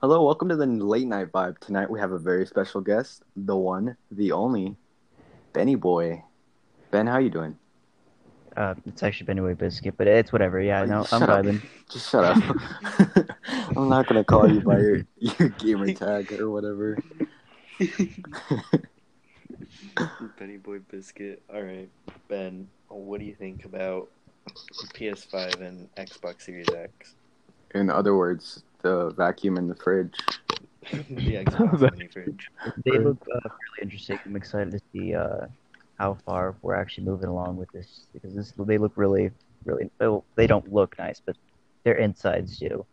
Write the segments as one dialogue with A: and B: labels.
A: Hello, welcome to the late night vibe. Tonight we have a very special guest, the one, the only, Benny Boy. Ben, how you doing?
B: Uh, it's actually Benny Way Biscuit, but it's whatever. Yeah, I know. I'm
A: Shut up.
B: vibing.
A: Just shut up. I'm not gonna call you by your, your gamer tag or whatever.
C: Benny Boy Biscuit. All right, Ben, what do you think about PS5 and Xbox Series X?
A: In other words, the vacuum in the fridge.
C: the Xbox mini fridge.
B: They look uh, fairly interesting. I'm excited to see uh, how far we're actually moving along with this because this they look really, really. Well, they don't look nice, but their insides do.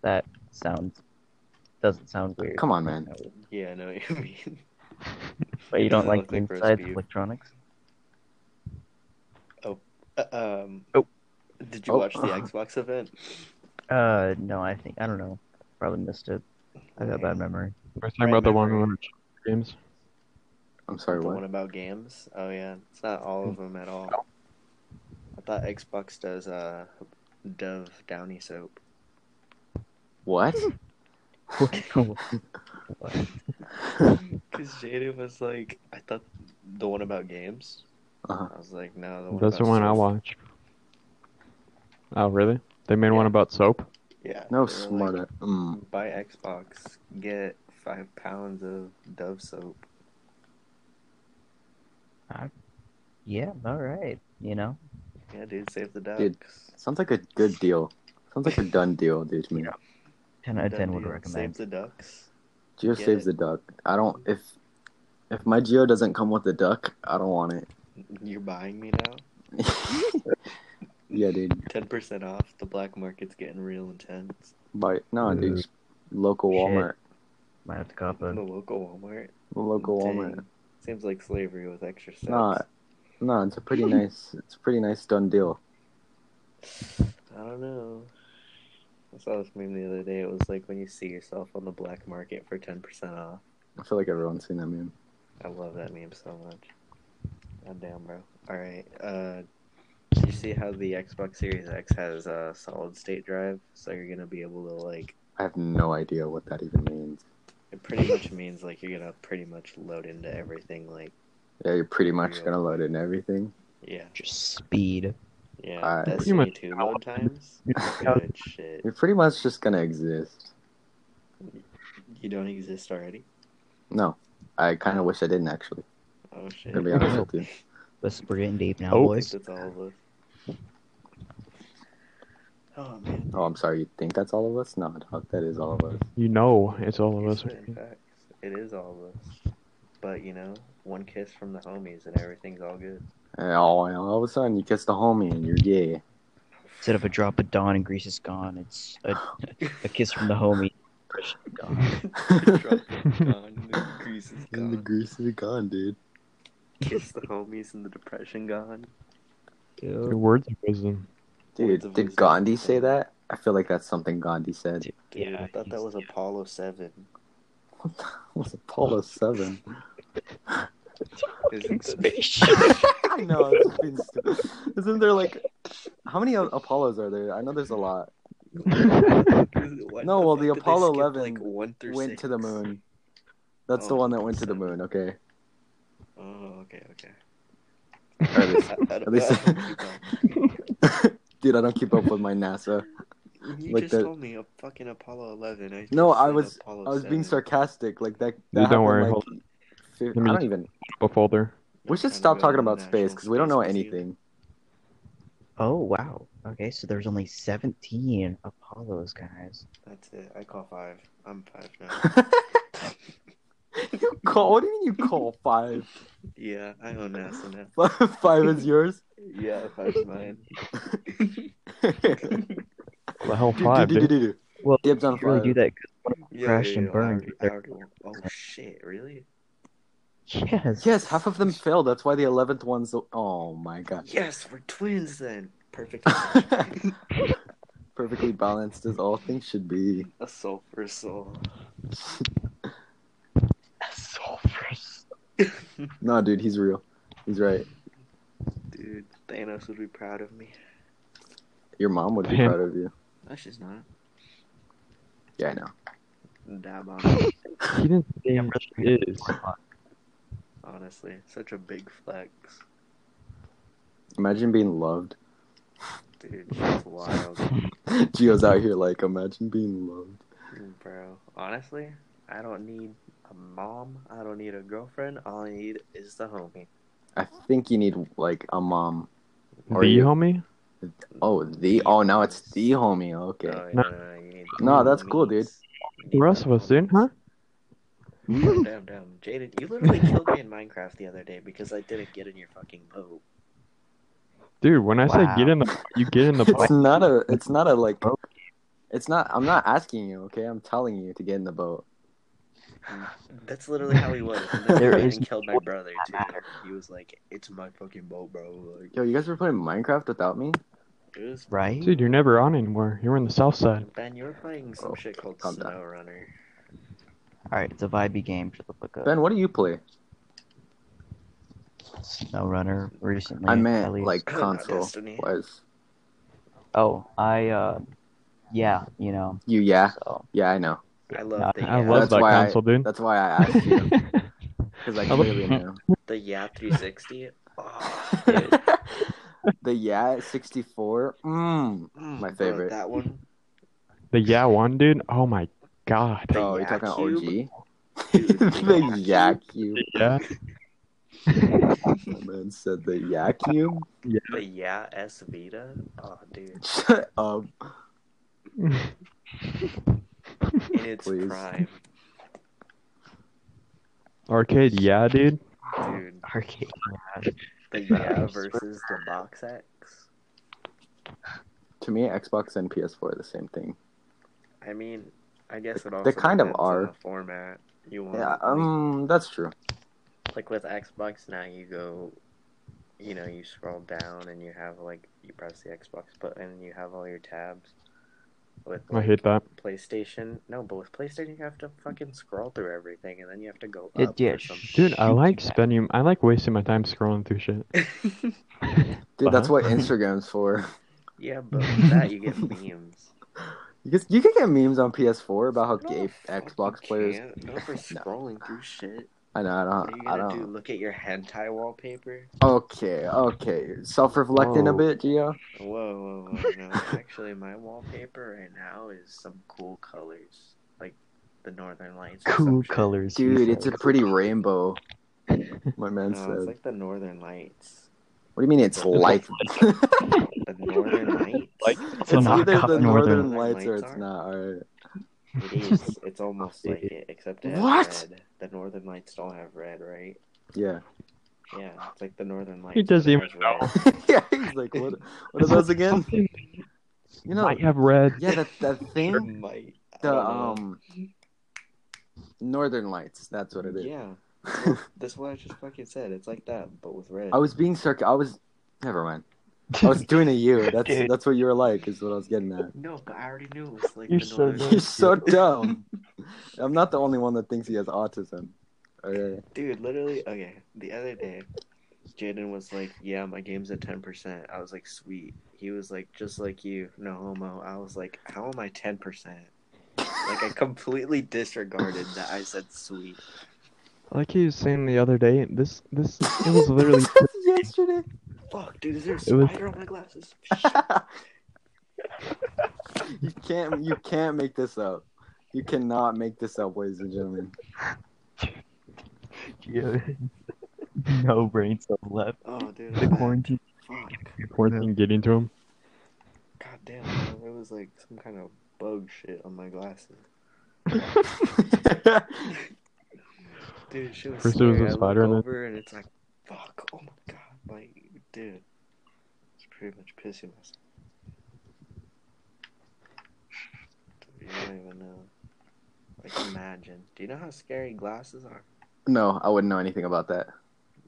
B: That sounds doesn't sound weird.
A: Come on, man.
C: Yeah, I know what you mean.
B: But you don't
C: Doesn't
B: like
C: look
B: the
C: like roast
B: insides of
C: beef.
B: electronics?
C: Uh, Um,
B: Oh.
C: Did you
A: Oh.
C: watch the Xbox event?
B: Uh, no, I think I don't know. Probably missed it. I got a bad memory.
D: We're talking
C: Right
D: about the one
C: memory.
D: with games.
A: I'm sorry,
C: The one
A: what?
C: about games? Oh, yeah. It's not all of them at all. I thought Xbox does uh, Dove Downy soap.
A: What?
B: What?
C: Because Jaden was like, I thought the one about games.
A: Uh-huh.
C: I was like, no, the one
D: Oh, That's the
C: about
D: one I
C: soap."
D: watched. Oh, really? They made one
C: Yeah.
D: about soap?
C: Yeah.
A: No
C: they were
A: smart.
C: like,
A: mm.
C: Buy Xbox, get five pounds of Dove soap.
B: yeah. All right. You know.
C: Yeah, dude, save the ducks.
A: Dude, Sounds like a good deal. Sounds like a done deal, dude. To me.
B: Ten out of
C: Done
B: ten would
C: deal.
B: recommend.
C: Save the ducks.
A: Geo
C: Get
A: saves
C: it.
A: the duck. I don't if if my Geo doesn't come with the duck, I don't want it.
C: You're buying me now.
A: yeah, dude.
C: Ten percent off. The black market's getting real intense.
A: Buy no, dude.
B: Ooh.
A: just Local
B: Shit.
A: Walmart.
B: Might have to cop
C: In
B: a
C: the local Walmart.
A: Local
C: Dang.
A: Walmart.
C: Seems like slavery with extra steps.
A: Nah. No, it's a pretty
C: Hmm.
A: nice. It's a pretty nice done deal.
C: I don't know. I saw this meme the other day. It was like when you see yourself on the black market for ten percent off.
A: I feel like everyone's seen that meme.
C: I love that meme so much. God damn, bro. All right. Uh, did you see how the Xbox Series X has a solid state drive? So you're gonna be able to like.
A: I have no idea what that even means.
C: It pretty much means like you're gonna pretty much load into everything. Like,
A: Yeah, you're pretty much
C: Yeah.
A: gonna load in everything.
C: yeah,
B: just speed.
C: yeah.
A: Alright.
C: That's
D: Pretty much-
C: two load times. Good shit.
A: You're pretty much just gonna exist.
C: You don't exist already.
A: No, I kind of wish I didn't actually.
C: Oh shit.
A: To be honest with you.
B: Let's we're getting deep now,
D: Oh.
C: I
B: boys.
C: think that's all of us. Oh man.
A: Oh, I'm sorry. You think that's all of us? No, dog. That is all of us.
D: You know it's all of us.
C: Yes, in fact, It is all of us. But you know, one kiss from the homies and everything's all good.
A: And all, and all of a sudden, you kiss the homie and you're gay.
B: Instead of a drop of dawn and grease is gone, it's a, a kiss from the homie. Fresh is gone.
C: gone, the grease is
A: And the
C: gone.
A: grease is gone, dude.
C: Kiss the homies and the depression gone.
D: Your
B: Dude,
D: words of wisdom.
A: Dude,
C: Words of
A: did
C: wisdom.
A: Gandhi say that? I feel like that's something Gandhi said.
B: Dude,
C: Dude,
B: yeah,
C: I thought that
B: he's-
C: was Apollo seven.
A: What the was Apollo Seven?
C: Isn't that-
A: I know. I'm just being stupid. Isn't there like how many Ap- Apollos are there? I know there's a lot.
C: What
A: No, well, the
C: fuck did they
A: Apollo
C: skip,
A: 11
C: like, one through
A: Went
C: six?
A: to the moon. That's the
C: Oh,
A: one that went to the
C: seven.
A: moon. Okay.
C: Oh, okay, okay.
A: Or at least,
C: I- I don't-
A: at least-
C: I don't keep up.
A: dude, I don't keep up with my NASA.
C: You
A: Like
C: just
A: the-
C: told me a fucking Apollo 11. I
A: No,
C: just
A: I
C: said
A: was-
C: Apollo
A: I was being
C: 7.
A: sarcastic. Like that. that
D: Dude,
A: happened,
D: don't worry.
A: like,
D: Hold
A: fif-
D: Let me
A: I don't
D: just-
A: even.
D: up a folder.
A: We
C: I'm trying
A: should
C: to
A: stop
C: go
A: talking
C: to the
A: about space
C: National
A: because we don't know
C: Space Museum.
A: anything.
B: Oh wow. Okay, so there's only 17 Apollos, guys.
C: That's it. I call five. I'm five now.
A: you call? What do you mean you call five?
C: yeah, I own NASA now.
A: five is yours.
C: Yeah, five's mine.
D: What the hell five, dude?
A: Do-do-do-do-do.
B: Well,
A: Dibs on
B: you really do
A: five.
B: that? 'cause-
C: Yeah,
B: Crashed and
C: I
B: burned.
C: already- I already- Oh shit! Really?
B: Yes.
A: Yes, half of them failed. That's why the eleventh one's. The... Oh my gosh.
C: Yes, we're twins then. Perfect.
A: Perfectly balanced as all things should be.
C: A soul for a soul.
B: Sulfurs.
A: No, dude, he's real. He's right.
C: Dude, Thanos would be proud of me.
A: Your mom would be
D: Damn.
A: proud of you.
C: No, she's not.
A: Yeah, I know.
C: dab on it,
D: He didn't say
B: I'm really-
D: it is.
C: honestly. Such a big flex.
A: Imagine being loved.
C: Dude, that's wild.
A: Gio's out here like, imagine being loved.
C: Mm, Bro, honestly, I don't need a mom. I don't need a girlfriend. All I need is the homie.
A: I think you need like a mom. Or
D: the
A: you-
D: homie?
A: Oh, the oh now it's the homie. Okay.
C: No,
D: No.
C: no, no, uh, you need
A: No,
C: the
A: that's cool, dude.
C: homies. You
D: The
C: need
D: rest
C: the
D: of us, dude, huh?
C: homies. Damn, damn, damn. Jaden, you literally killed me in Minecraft the other day because I didn't get in your fucking boat.
D: Dude, when I say get in the, you get in the boat.
A: It's not a. It's not a like. It's not. I'm not asking you. Okay, I'm telling you to get in the boat.
C: That's literally how he was. And then
A: There
C: Jaden
B: is
C: killed my brother too. He was like, "It's my fucking boat, bro." Like,
A: Yo, you guys were playing Minecraft without me?
C: it was.
B: Right?
D: Dude, you're never on anymore. You're on the south side.
C: Ben, you were playing some
A: Oh,
C: shit called
A: calm
C: Snow
A: down.
C: Runner.
B: Alright, it's a vibey game. Shut the fuck up.
A: Ben, what do you play?
B: Snow Runner recently.
A: I
B: at
A: meant
B: least.
A: like
C: Not
A: console.
C: Destiny.
A: Was
B: Oh, I, uh, yeah, you know.
A: you? Yeah,
B: So,
A: yeah, I know.
C: I love
B: Nah,
C: the
D: I
C: Yacht.
D: love
A: That's
D: that
A: why I-
D: console, dude.
A: That's why I asked you because I
D: I love-
A: clearly know.
C: the Yacht 360. Oh,
A: the yeah, 64. Mm.
C: mm,
A: My
C: bro,
A: favorite.
C: that one.
D: the yeah one, dude. Oh my god.
C: The
A: Oh, you're talking about
C: Yacht Cube?
A: OG?
C: Dude,
A: the
C: Yacht
A: Yak Cube.
D: Yeah.
A: My man said the Yak Cube.
C: The Yeah S Vita? Oh, dude.
A: Shut up.
C: In its
A: Please.
C: prime.
D: Arcade, yeah, dude.
C: Dude.
B: arcade.
C: The Yeah versus the Box X?
A: To me, Xbox and PS4 are the same thing.
C: I mean, I guess it
A: They
C: also
A: kind of
C: depends on
A: are.
C: the format you want.
A: Yeah,
C: Like-
A: um, that's true.
C: like with Xbox now, you go, you know, you scroll down and you have like you press the Xbox button and you have all your tabs. With
D: I
C: like,
D: hate that.
C: PlayStation, no, but with PlayStation you have to fucking scroll through everything and then you have to go
B: It
C: up
B: yeah,
C: or something.
D: Dude, I
B: shoot
D: like
B: you back.
D: spending. I like wasting my time scrolling through shit.
A: Dude, that's
D: Uh-huh.
A: what Instagram's for.
C: Yeah, but with that you get memes.
A: You can, you can get memes on PS4 about how
C: No,
A: gay
C: fuck,
A: Xbox
C: you
A: players.
C: can't. Not for scrolling through shit.
A: I know, I
C: What are you
A: don't. Uh, I
C: gonna
A: don't.
C: do? Look at your hentai wallpaper?
A: Okay, okay. Self-reflecting a
D: Oh.
A: bit, Gio.
C: Whoa, whoa, whoa! No, actually, my wallpaper right now is some cool colors, like the Northern Lights. or some
B: Cool
C: shit.
B: colors. he
A: Dude, it's a
B: says.
A: pretty rainbow. My man
C: No,
A: said.
C: it's like the Northern Lights.
A: what do you mean it's like?
C: The Northern Lights.
D: Like-
A: it's
D: a
A: either
D: knockoff
A: the
D: Northern
A: Northern,
C: Lights
A: Lights or it's
C: are?
A: not. All right.
C: It is. It's almost like it, except it has
A: What?
C: red. The Northern Lights don't have red, right?
A: Yeah.
C: Yeah, it's like the Northern Lights.
D: He doesn't
C: but it
D: even
C: has
D: know.
C: red.
A: yeah. He's like, what? What are those again? You know.
D: Might have red.
A: Yeah, that that thing.
C: Might. I
A: The
C: don't know.
A: um. Northern Lights. That's what it is.
C: Yeah. That's what- That's what I just fucking said. It's like that, but with red.
A: I was being sarcastic. I was. Never mind. I was doing a you. That's
B: Dude.
A: that's what you were like. Is what I was getting at.
C: No, but I already knew it was like
D: You're
C: the
D: so
C: Northern
D: dumb.
A: You're
C: Lights.
A: so dumb. I'm not the only one that thinks he has autism. Alright.
C: Dude, literally, okay. The other day, Jaden was like, "Yeah, my game's at ten percent." I was like, "Sweet." He was like, "Just like you, no homo." I was like, "How am I ten percent?" Like I completely disregarded that I said sweet.
D: Like he was saying the other day, this this it was literally
A: yesterday.
C: Fuck, dude, is there a
D: It was-
C: spider on my glasses?
A: you can't you can't make this up. You cannot make this up, ladies and gentlemen.
B: no brain cell left.
C: Oh, dude,
B: The quarantine.
C: Fuck,
D: quarantine getting to him.
C: goddamn, bro, it was like some kind of bug shit on my glasses. Dude, she was
D: First it was
C: scary.
D: a
C: I
D: spider,
C: look
D: and then-
C: over and it's like, fuck, oh my god, like, dude, it's pretty much pissing myself. Dude, You don't even know. Like, imagine. Do you know how scary glasses are?
A: no, I wouldn't know anything about that.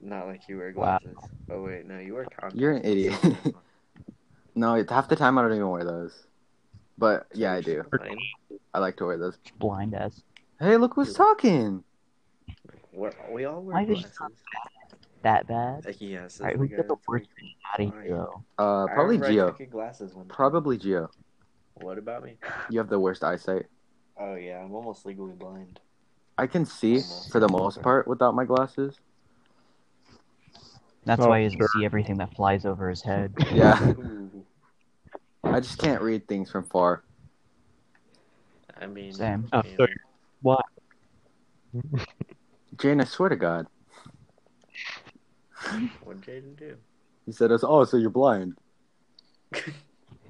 C: Not like you wear
B: Wow.
C: glasses. Oh wait, no, you wear contacts.
A: You're an idiot. No, it- half the time I don't even wear those. But yeah, I do.
C: Fine.
A: I like to wear those.
B: Blind ass.
A: Hey, look who's talking.
C: We're, we all wear
B: Why did you
C: glasses.
B: That bad?
C: Like, yes.
B: Alright, who did the worst thing out of
C: Alright.
B: here, though?
A: Uh, probably Geo.
C: Glasses one time.
A: Probably Geo.
C: What about me?
A: You have the worst eyesight.
C: Oh yeah, I'm almost legally blind.
A: I can see for the most part without my glasses.
B: That's
D: Oh,
B: why he doesn't
D: sure.
B: see everything that flies over his head.
A: Yeah,
C: Ooh.
A: I just can't read things from far.
C: I mean,
B: Same.
D: Oh,
C: damn.
D: so Why?
A: Jane, I swear to God,
C: What Jaden do?
A: he said us. Oh, so you're blind?
C: I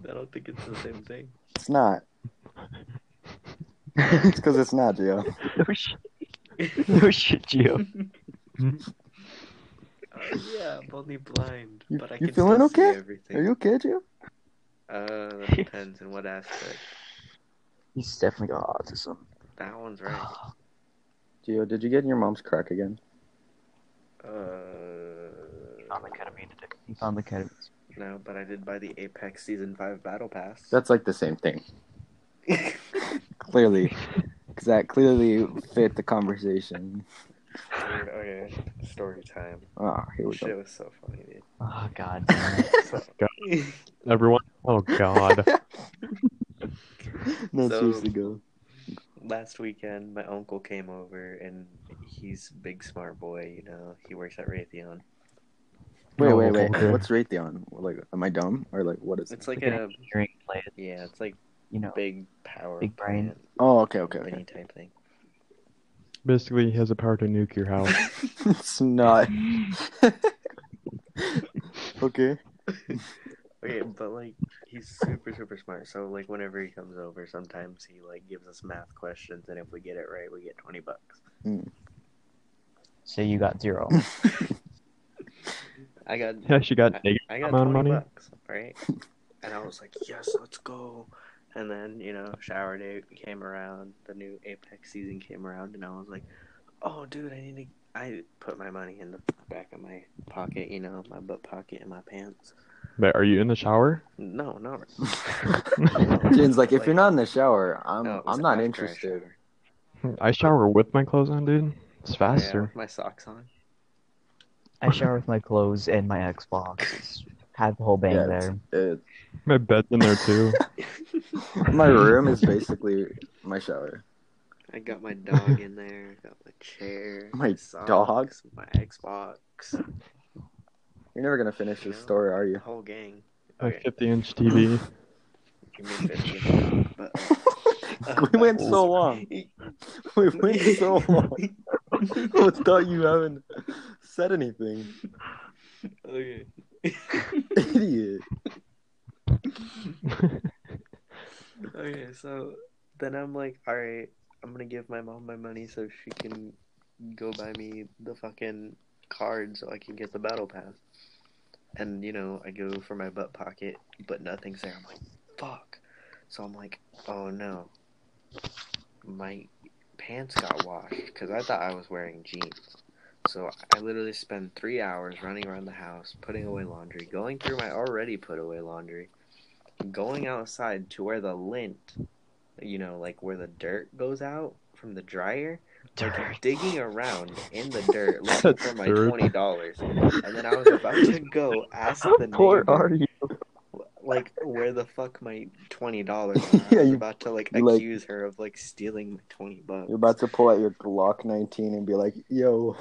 C: don't think it's the same thing.
A: It's not. It's because it's not, Gio.
B: no shit. No shit, Gio.
C: Uh, yeah, I'm only blind,
A: You-
C: but I
A: you
C: can
A: feeling
C: still
A: okay?
C: see everything.
A: Are you okay, Gio?
C: Uh, that depends in what aspect.
B: He's definitely got autism.
C: That one's right.
A: Gio, did you get in your mom's crack again?
C: Uh,
B: Found the ketamine. He found the ketamine.
C: no, but I did buy the Apex Season Five Battle Pass.
A: That's like the same thing. Clearly, 'Cause that clearly fit the conversation.
C: okay. Story time.
A: Oh, here we
C: Shit
A: go.
C: was so funny, dude.
B: Oh god.
C: So,
D: Everyone. Oh God.
A: No,
C: So-
A: seriously, go.
C: last weekend, my uncle came over, and he's a big smart boy. You know, he works at Raytheon.
A: Wait,
D: Oh,
A: wait, wait.
D: okay.
A: What's Raytheon? Like, am I dumb or like what is? it?
C: It's like a
B: Hearing play,
C: yeah, it's like
B: you know.
C: big power,
B: Big brain.
C: plant,
A: Oh, okay, okay, okay.
C: mini type thing.
D: Basically, he has the power to nuke your house.
A: it's not. okay.
C: Okay, but like he's super super smart. So like whenever he comes over, sometimes he like gives us math questions, and if we get it right, we get twenty bucks.
B: So you got zero.
C: I got
D: yeah, she got
C: I,
D: negative
C: I got
D: amount
C: twenty
D: of money.
C: bucks, right? And I was like, yes, let's go. And then you know, shower day came around, the new Apex season came around, and I was like, oh dude, I need to. I put my money in the back of my pocket, you know, my butt pocket in my pants.
D: But are you in the shower?
C: No, no,
A: Jin's like, if you're not in the shower, I'm
C: no, it was
A: I'm not
C: after I
A: interested.
C: showered.
D: I shower with my clothes on, dude. It's
C: Yeah,
D: faster.
C: with my socks on.
B: I shower with my clothes and my Xbox. It's- Had the whole bang
A: Yeah,
B: there.
A: It,
D: My bed's in there too.
A: my room is basically my shower.
C: I got my dog in there. I got my chair.
A: My
C: socks,
A: dog?
C: My Xbox.
A: You're never gonna finish this story, are
C: The
A: you?
C: whole gang.
D: My
C: Okay.
D: 50-inch TV.
C: Give me 50 of the dog, but,
A: we went so long. We went so long without you having said anything.
C: okay.
A: Idiot.
C: Okay, so then I'm like, all right, I'm gonna give my mom my money so she can go buy me the fucking card so I can get the battle pass. And you know, I go for my butt pocket, but nothing's there. I'm like, fuck. So I'm like, oh no, my pants got washed because I thought I was wearing jeans. So I literally spend three hours running around the house, putting away laundry, going through my already put away laundry, going outside to where the lint, you know, like where the dirt goes out from the dryer, like digging around in the dirt looking for my
D: Dirt.
C: twenty dollars, and then I was about to go ask the
B: Where
C: neighbor,
B: are you?
C: like where the fuck my twenty dollars?
A: Yeah,
C: I was
A: you-
C: about to like
A: you, like-
C: accuse her of like stealing my twenty bucks.
A: You're about to pull out your Glock 19 and be like, "Yo,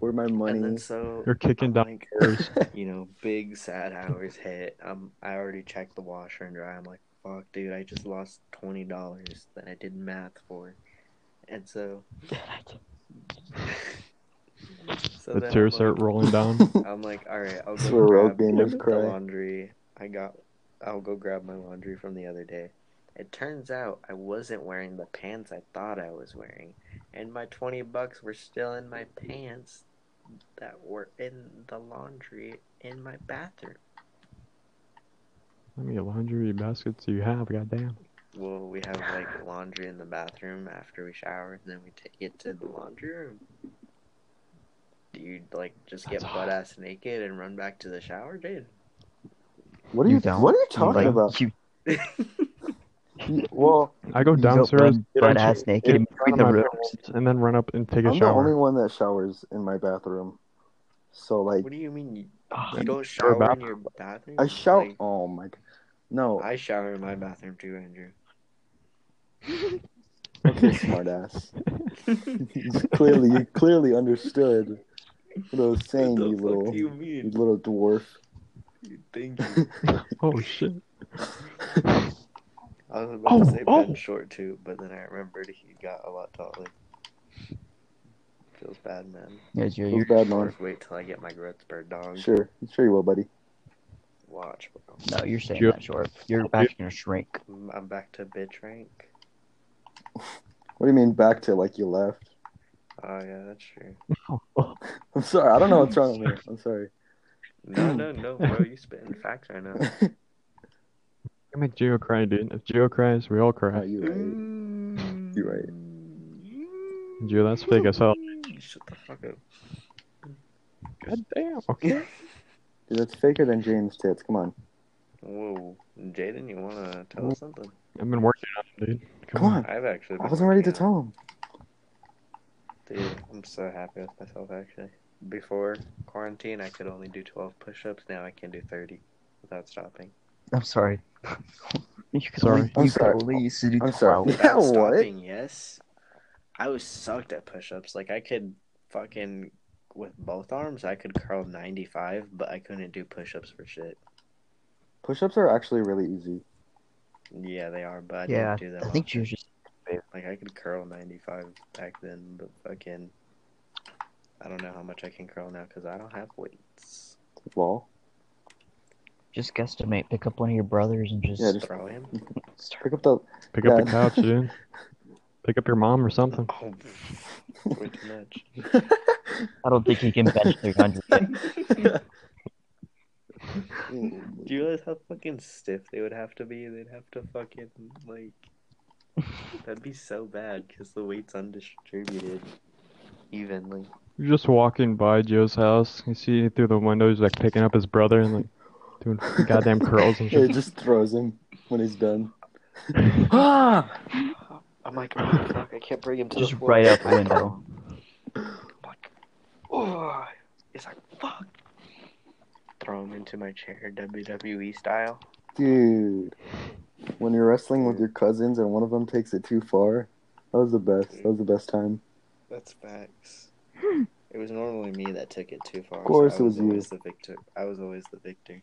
A: where my money?"
C: and then so
D: You're kicking
C: I'm
D: down
C: like,
D: doors.
C: you know, big sad hours hit. Um, I already checked the washer and dryer. I'm like, fuck, dude, I just lost twenty dollars that I did math for, and so so
D: The
C: then
D: tears
C: I'm
D: start
C: like,
D: rolling down.
C: I'm like, all right, I'll
A: That's
C: go
A: where road
C: grab
A: gamers
C: the
A: cry.
C: laundry. I got. I'll go grab my laundry from the other day. It turns out I wasn't wearing the pants I thought I was wearing, and my twenty bucks were still in my pants that were in the laundry in my bathroom.
D: How many laundry baskets do you have? Goddamn.
C: Well, we have like laundry in the bathroom after we shower, and then we take it to the laundry room. Do you like just get
D: That's
C: butt ass naked and run back to the shower, dude?
A: what are you?
B: don't?
A: What are you talking
B: Like,
A: about?
B: You,
A: You- well,
D: I go
B: you go
D: downstairs,
B: run
D: get on
B: butt ass
D: shit,
B: naked in
D: get out
B: between
D: of
B: the
D: my
B: rooms.
D: pants, and then run up and take a
A: I'm the only
D: shower.
A: one that showers in my bathroom. So like
C: What do you mean? You-
D: Ah,
C: You don't shower in
D: bathroom.
C: your bathroom?
A: I shower.
C: Like,
A: Oh my! g- No,
C: I shower in my bathroom too, Andrew.
A: Okay, smartass. clearly, you clearly understood what I was saying,
C: what the
A: you
C: fuck
A: little,
C: do
A: you
C: you mean?
A: little dwarf.
C: Thank you.
D: Oh shit.
C: I was about
D: Oh,
C: to say
D: oh.
C: Ben short too, but then I remembered he got a lot taller. Feels bad, man.
B: Yeah, Joe,
A: It was
B: you're
A: bad, man.
C: Just wait till I get my growth spur dong.
A: Sure, sure you will, buddy.
C: Watch, bro.
B: no, you're saying
D: Joe-
B: that short. You're back in a shrink.
C: I'm- I'm back to bitch rank.
A: What do you mean back to like you left?
C: Oh yeah, that's true.
A: I'm sorry. I don't know what's wrong with me. I'm sorry.
C: No, no, no, bro. You spitting facts right now.
D: I make Geo cry, dude. If Geo cries, we all
A: Are
D: cry.
C: Mm.
A: you You're right.
D: Geo, that's fake as hell.
C: Shut the fuck up.
D: God damn. Okay.
A: right? Dude, that's faker than James tits. Come on.
C: Whoa, Jaden, you wanna tell us something?
D: I've been working on it, dude.
A: Come on.
C: I've actually.
A: I
C: been
A: wasn't ready to
C: working
A: tell him.
C: Dude, I'm so happy with myself actually. Before quarantine, I could only do 12 push ups. Now I can do 30 without stopping.
B: I'm sorry. you could
D: Sorry.
B: only,
A: I'm
B: you
A: sorry.
B: could only used to do
A: I'm sorry.
B: 12.
A: Yeah,
C: Without
A: what?
C: stopping, yes. I was sucked at push ups. Like, I could fucking, with both arms, I could curl 95, but I couldn't do push ups for shit.
A: Push-ups are actually really easy.
C: Yeah, they are, but I
B: Yeah,
C: didn't do them.
B: I think
C: often.
B: you're just
C: Like, I could curl 95 back then, but fucking, I don't know how much I can curl now because I don't have weights.
A: Lol.
B: just guesstimate. Pick up one of your brothers and just
A: Yeah, just-
C: Throw him.
B: start.
A: Pick up the.
D: Pick up
A: Yeah.
D: the couch, dude. Pick up your mom or something.
C: Oh, way too much.
B: I don't think he can bench 300.
C: Do you realize how fucking stiff they would have to be? They'd have to fucking like. That'd be so bad because the weight's undistributed evenly.
D: You're just walking by Joe's house. You see through the window, he's like picking up his brother and like doing goddamn curls and
A: It
D: shit.
A: just throws him when he's done. ah!
C: I'm like, oh, fuck, I can't bring him to
B: Just
C: the floor.
B: right out the window.
C: Fuck. Oh, it's like fuck. Throw him into my chair, WWE style.
A: Dude. When you're wrestling with your cousins and one of them takes it too far, that was the best. That was the best time.
C: That's facts. It was normally me that took it too far. Of
A: course
C: I
A: it was you.
C: always The victor. I was always the victor.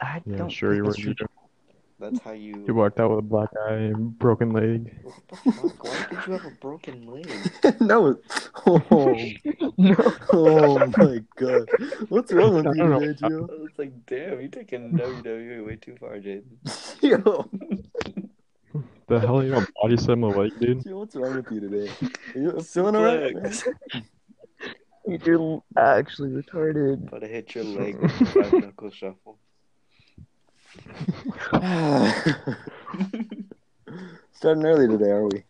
B: I
D: Yeah,
B: don't
D: sure
B: think
D: you were.
B: that's true.
C: That's how you.
D: You walked out with a black eye and broken leg.
C: What the fuck? Why did you have a broken leg?
A: no. Oh, oh my god. What's wrong with
D: I
A: you,
D: don't
A: Nigel?
C: It's like, damn, you taking WWE E way too far, Jaden.
A: Yo,
D: The hell you don't body slam a leg, dude?
A: yo, what's wrong with you today? Are you feeling alright? man?
B: You're actually retarded.
C: But I hit your leg with the five knuckle shuffle.
A: Starting early today, are we?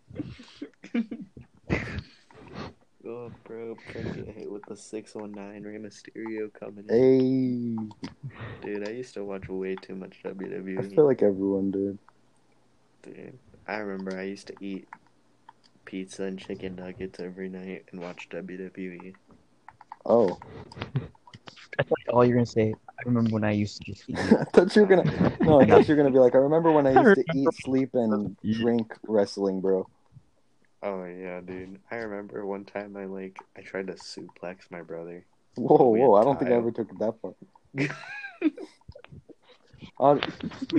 C: Oh, bro, trying to get hit with the 619 Rey Mysterio coming in.
A: Hey,
C: Dude, I used to watch way too much E.
A: I
C: WWE.
A: feel like everyone did.
C: Dude, I remember I used to eat pizza and chicken nuggets every night and watch E. WWE.
A: Oh,
B: I thought all you're gonna say. I remember when I used to just eat.
A: I thought you were gonna. No, I thought you were gonna be like, I remember when I used to eat, sleep, and drink wrestling, bro.
C: Oh, yeah, dude. I remember one time I, like, I tried to suplex my brother.
A: Whoa, whoa! I don't think I ever took it that far. Uh,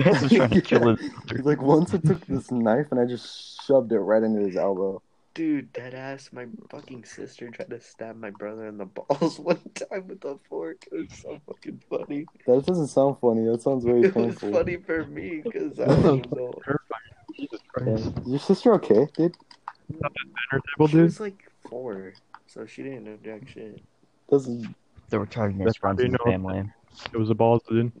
B: I was trying to kill his
A: it's like once I took this knife and I just shoved it right into his elbow.
C: Dude, dead ass. My fucking sister tried to stab my brother in the balls one time with a fork. It was so fucking funny.
A: That doesn't sound funny. That sounds very
C: It was
A: painful.
C: funny for me because I was an adult.
D: Jesus
A: Yeah.
D: Christ.
A: Is Your sister okay, dude?
D: Dinner table,
C: She
D: dude.
C: was like four, so she didn't know jack shit.
A: Doesn't
B: the retardedness
D: That's
B: runs in the
D: how you know.
B: family.
D: It was a balls, dude.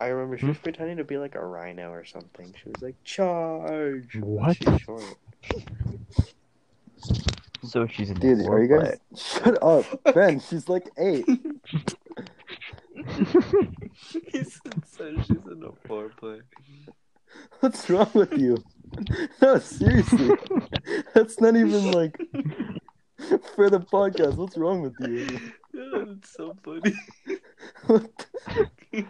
C: I remember she was pretending to be like a rhino or something. She was like, charge!
D: What?
C: She's short.
B: So she's a
A: Dude,
B: devil,
A: are you guys?
B: but-
A: Shut up, Ben. She's like eight.
C: he said so she's in a foreplay.
A: What's wrong with you? No, seriously. That's not even like for the podcast. What's wrong with you?
C: Yeah, it's so funny.
A: What the-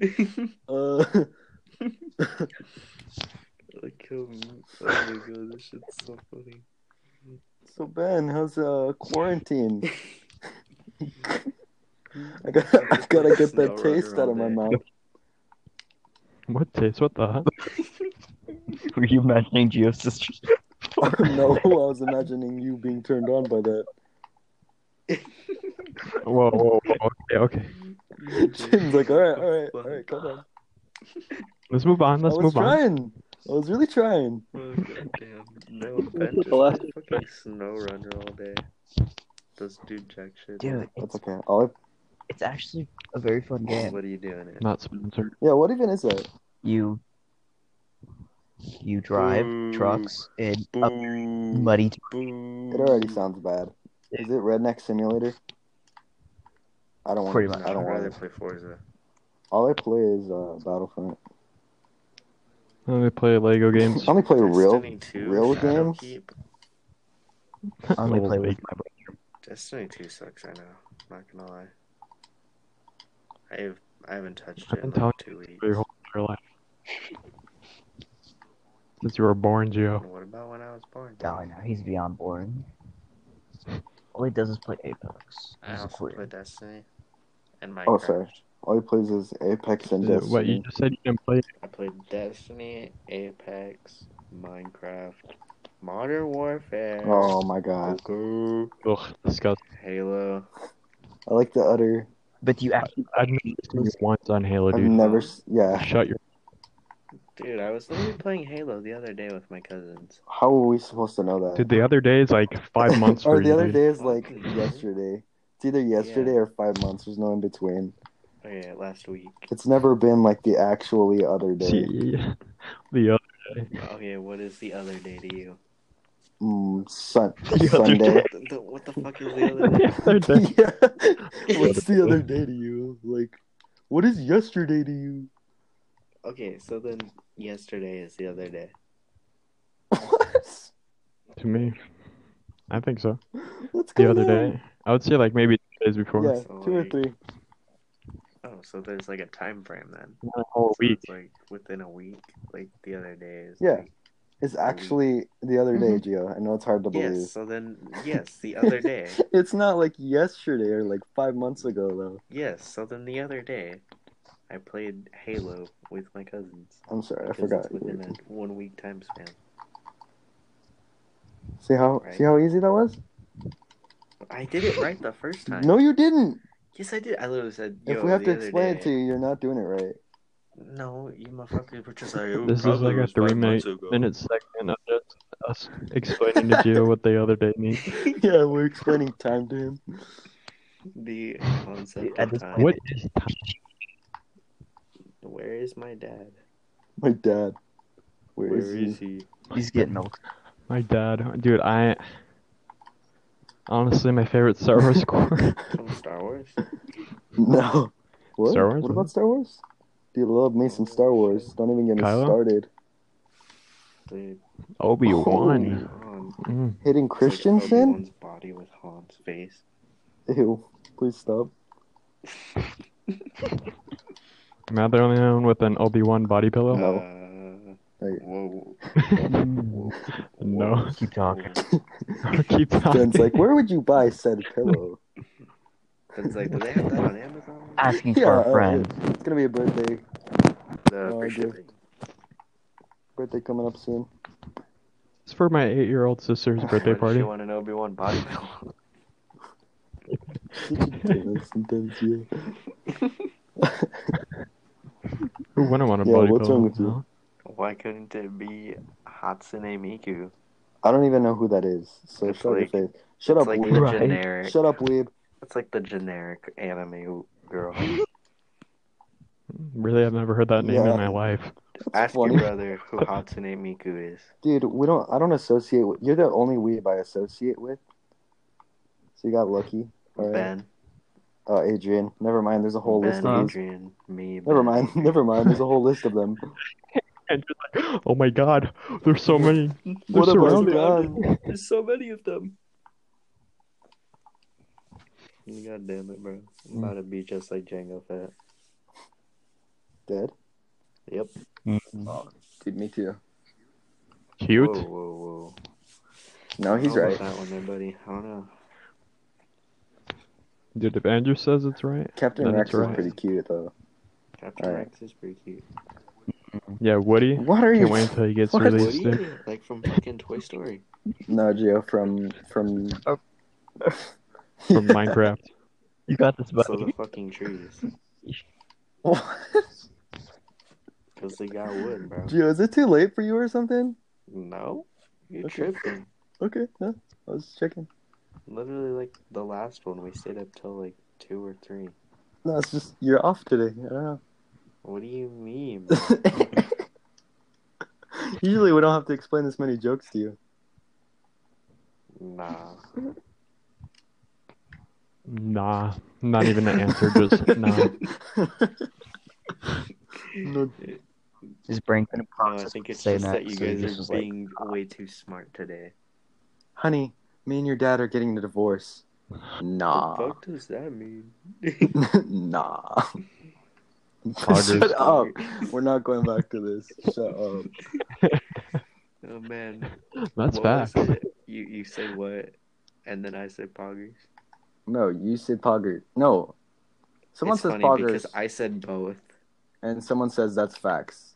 A: okay. Uh.
C: Like, um, oh my god, this shit's so funny.
A: So Ben, how's uh quarantine? I got I gotta get
C: Snow
A: that
C: runner
A: taste out
C: all
A: of my
C: day.
A: mouth.
D: What taste? What the?
B: Were you imagining Geo's sister?
A: no, I was imagining you being turned on by that.
D: Whoa, whoa, whoa. Okay, okay.
A: Jim's like, all right, all right, all right, come on.
D: Let's move on. Let's
A: I was
D: move on.
A: trying. I was really trying.
C: Oh, goddamn. No, Ben
E: the
C: just
E: last-
C: been fucking snow runner all day. Does dude jack shit.
B: Dude,
A: That's
B: it's,
A: okay. I'll
B: it's actually a very fun game.
C: What are you doing? It?
D: Not sponsored.
A: Yeah, what even is that?
B: You you drive
C: Boo.
B: trucks in a
C: Boom.
B: muddy
C: Boom.
A: It
B: Mm.
A: already sounds bad. Is it Redneck Simulator? I don't want.
B: Pretty much.
A: I don't want
C: I'd rather
A: it.
C: play Forza.
A: All I play is uh, Battlefront.
D: I only play Lego games.
A: I only play real.
C: Destiny 2,
A: real
C: Shadow
A: games?
C: Keep.
B: I only play with my
C: Destiny 2 sucks, I know. Not gonna lie. I've, I haven't touched
D: I've
C: it in
D: been
C: like two weeks.
D: for your whole entire life. Since you were born, Gio.
C: And What about when I was born?
B: guy now. He's beyond boring. All he does is play Apex.
C: I
B: He's a
C: also play
B: queer.
C: Destiny and Minecraft.
A: Oh, sorry. All he plays is Apex and
D: Dude,
A: Destiny.
D: What you just said you didn't play?
C: I played Destiny, Apex, Minecraft, Modern Warfare,
A: Oh my god!
C: Poker,
D: Ugh, disgusting.
C: Halo.
A: I like the utter.
B: But you actually
D: I've never seen you once on Halo,
A: I've
D: dude.
A: never. s- Yeah.
D: Shut your.
C: Dude, I was literally playing Halo the other day with my cousins.
A: How are we supposed to know that?
D: Dude, the other day is like five months for
A: or the
D: you,
A: other
D: dude.
A: day is like yesterday. It's either yesterday or five months. There's no in between.
C: Oh yeah, last week.
A: It's never been like the actually other
D: See,
A: day.
D: yeah. the other.
C: Oh yeah, what is the other day to you?
A: Mm, sun-
D: The other
A: Sunday.
C: The, the, what the fuck is the other day?
D: the other day.
A: yeah. What's the other day to you? Like, what is yesterday to you?
C: Okay, so then yesterday is the other day.
A: What?
D: To me, I think so.
A: What's
D: The
A: going
D: other
A: on?
D: day, I would say like maybe two days before.
A: Yeah,
C: So,
A: two or
C: like,
A: three.
C: Oh, so there's like a time frame then.
D: Not a whole
C: So
D: week.
C: it's like within a week, like the other day is.
A: Yeah.
C: like-
A: It's actually the other day,
D: Mm-hmm.
A: Gio. I know it's hard to believe.
C: yes. So then, yes, the other day.
A: It's not like yesterday or like five months ago though.
C: Yes, so then the other day, I played Halo with my cousins.
A: I'm sorry, I
C: Because
A: forgot.
C: It's within a one week time span.
A: See how
C: Right.
A: see how easy that was?
C: I did it right the first time.
A: No, you didn't.
C: Yes, I did. I literally said.
A: If
C: "Yo,
A: we have
C: the
A: to
C: other
A: explain it to
C: day."
A: you, you're not doing it right.
C: No, you motherfuckers were just like. "It
D: This is
C: probably
D: like a
C: was five
D: three minute
C: months ago."
D: minute segment of just us explaining to Gio what the other day means.
A: yeah, we're explaining time to him.
C: The concept
B: At
C: of
B: this
C: time.
D: What is time?
C: Where is my dad?
A: My dad. Where is he?
C: he?
B: he's getting old.
D: My dad, dude, I honestly my favorite Star Wars score.
C: From Star Wars.
A: No. What?
D: Star Wars,
A: What
D: man.
A: about Star Wars? Dude, love me some Star Wars. Don't even get me
D: Kylo?
A: started.
C: Dude,
D: Obi
A: Obi-Wan.
D: Wan.
C: Han.
A: Oh.
C: It's
D: Mm.
A: Hitting
C: like
A: Christensen?
C: Obi-Wan's body with Han's face.
A: Ew. Please stop.
D: Am I the only one with an Obi Wan body pillow?
A: No.
C: Uh,
A: Hey.
C: whoa.
D: No.
B: Keep talking.
D: Keep talking.
A: Ben's like, where would you buy said pillow?
C: It's like, do they have that on Amazon?
D: Ah,
B: Asking
A: Yeah,
B: for
A: uh,
B: a friend.
A: It's gonna be a birthday
C: No,
A: No,
C: for
A: I do.
C: shipping.
A: birthday coming up soon.
D: It's for my eight year old sister's birthday
C: What if
D: party.
C: You want an Obi Wan body pillow?
A: That's intense, yeah.
D: Who wouldn't want a
A: Yeah,
D: body
A: what's
D: pillow?
A: wrong with you?
D: No?
C: Why couldn't it be Hatsune Miku?
A: I don't even know who that is. So
C: It's
A: shut
C: like-
A: your face. Shut up,
C: it's like
A: weeb.
C: the
D: Right.
C: generic.
A: Shut up, weeb.
C: It's like the generic anime girl.
D: Really, I've never heard that name
A: Yeah.
D: in my life.
C: Ask
A: funny.
C: your brother who Hatsune Miku is.
A: Dude, we don't. I don't associate with. You're the only weeb I associate with. So you got lucky. All right.
C: Ben.
A: Uh, Adrian. Never mind. There's a whole
C: ben,
A: list of these.
C: Adrian, me.
A: Never
C: Ben.
A: mind. Never mind. There's a whole list of them.
D: And just like, oh my god, there's so many. They're
A: What about
D: surrounded.
A: John?
C: There's so many of them. God Hmm. damn it, bro. I'm about to be just like Django Fett.
A: Dead.
C: Yep.
A: Dude, me too.
D: Cute.
C: Whoa, whoa, whoa.
A: No,
C: I
A: he's
C: don't know
A: right.
C: about That one, there, buddy. I don't know.
D: Dude, if Andrew says it's right,
A: Captain
D: That's
A: Rex
D: right.
A: is pretty cute though.
C: Captain
A: All right.
C: Rex is pretty cute.
D: yeah, Woody.
A: What are
D: Can't
A: you?
D: wait until he gets
A: What?
D: released.
C: Woody,
D: Dude.
C: like from fucking Toy Story.
A: No, Gio from from
B: Oh.
D: From Minecraft.
B: You got this,
C: So
B: buddy.
C: the fucking trees, because they got wood, bro.
A: Gio, is it too late for you or something?
C: No, you're
A: Okay.
C: tripping.
A: Okay, no, I was checking.
C: Literally, like the last one, we stayed up till like two or three.
A: No, it's just you're off today. I don't know.
C: What do you mean? bro?
A: Usually we don't have to explain this many jokes to you.
C: nah.
D: Nah, not even the answer. Just nah.
A: No,
B: His brain couldn't
C: No, I
B: process.
C: think it's
B: say
C: just that
B: that,
C: you
B: so he
C: guys
B: just
C: are
B: was like,
C: being way too smart today.
A: honey, me and your dad are getting a divorce.
C: The
A: Nah,
C: fuck does that mean?
A: nah.
D: Poggers.
A: Shut up. We're not going back to this. Shut up.
C: Oh man,
D: That's
C: What was
D: fact.
C: it? You you said what, and then I said poggers.
A: No, you said pogger. No, someone
C: it's
A: says
C: funny
A: poggers,
C: because I said both.
A: and someone says that's facts.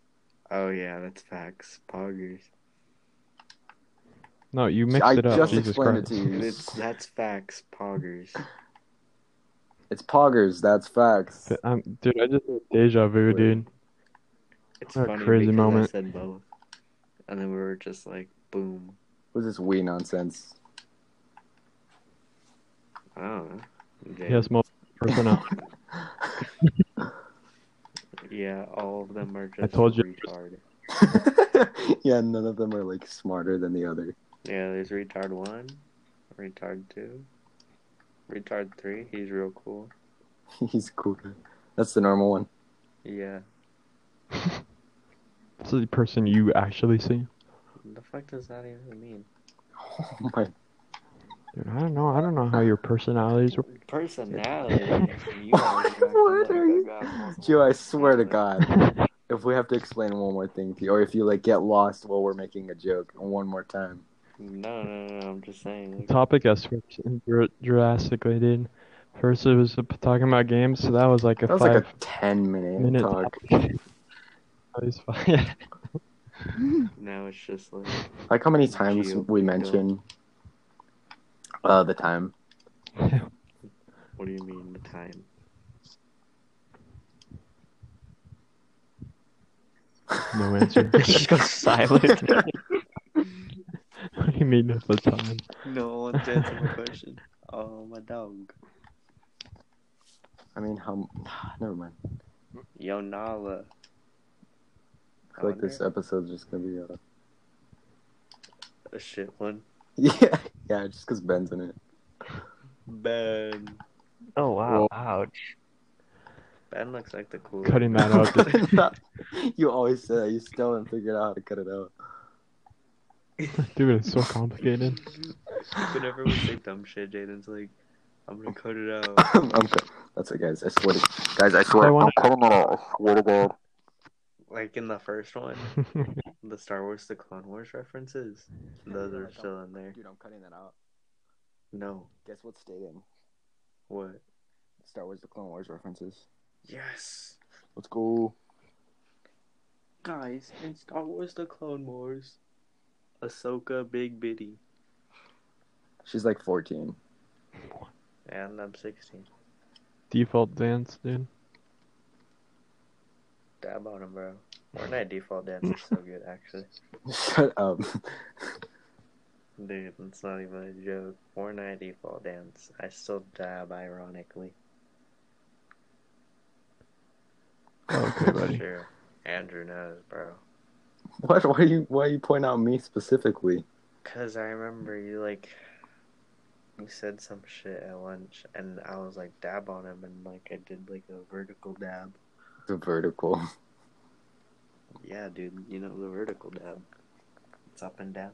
C: Oh yeah, that's facts. Poggers.
D: No, you mixed
A: I
D: it up.
A: just
D: Jesus
A: explained
D: Christ.
A: it to you.
C: It's that's facts. Poggers.
A: It's poggers. That's facts.
D: Th- I'm, dude, I just had deja vu,
A: Wait.
D: dude.
C: It's
D: What a
C: funny
D: crazy
C: because
D: moment.
C: I said both, and then we were just like, boom.
A: What's this wee nonsense?
C: I don't know. Damn.
D: Yes, multiple personnel.
C: Yeah, all of them are just.
D: I told you.
C: Retard.
A: yeah, none of them are like smarter than the other.
C: Yeah, there's retard one, retard two, retard three. He's real cool.
A: He's cooler. That's the normal one.
C: Yeah.
D: It's the person you actually see.
C: The fuck does that even mean?
A: Oh my
D: Dude, I don't know. I don't know how your personalities work.
C: Personality. You
A: What?
C: always act
A: What
C: like
A: are you-
C: I got multiple
A: Gio, I swear to
C: personalities.
A: God, if we have to explain one more thing to you, or if you like get lost while we're making a joke one more time,
C: No, no, no. I'm just saying.
D: The
C: like,
D: topic has switched dr- drastically, dude. First it was talking about games, so that was like a
A: that was
D: five.
A: like a ten-minute
D: minute
A: talk.
D: at least five.
C: now it's just like
A: Like how many times
C: Gio,
A: we
C: you
A: mention uh, the time?
C: What do you mean the time?
D: no answer.
B: It just goes silent.
D: what do you mean at the time?
C: No one's answering my question. Oh, my dog.
A: I mean, how? Never mind.
C: Yo, Nala.
A: I feel like this episode's just gonna be uh...
C: A shit one.
A: yeah, yeah, just because Ben's in it.
C: Ben.
B: oh wow!
D: Well-
B: Ouch!
C: Ben looks like the cool.
D: Cutting that out. dude.
A: you always say that. You still haven't figured out how to cut it out.
D: Dude, it's so complicated.
C: Whenever we say dumb shit, Jaden's like, I'm gonna cut it out.
A: I'm cut- That's it, guys. I swear, to... guys. I
D: I
A: swear.
D: wanna-
A: I'm cutting it out. I swear to God.
C: Like in the first one, the Star Wars, the Clone Wars references. Those are still in there.
A: Dude, I'm cutting that out.
C: No.
A: Guess what stayed in?
C: What?
A: Star Wars, the Clone Wars references.
C: Yes.
A: Let's go.
C: Guys, in Star Wars, the Clone Wars, Ahsoka Big Biddy.
A: She's like 14.
C: And I'm 16.
D: Default dance, dude.
C: Dab on him, bro. Fortnite default dance is so good, actually.
A: Shut up.
C: Dude, it's not even a joke. Fortnite default dance. I still dab, ironically.
D: Okay, buddy.
C: Sure. Andrew knows, bro.
A: What? Why you? Why you point out me specifically?
C: Because I remember you, like, you said some shit at lunch, and I was like, dab on him, and, like, I did, like, a vertical dab.
A: The vertical.
C: Yeah, dude, you know, the vertical dab. It's up and down.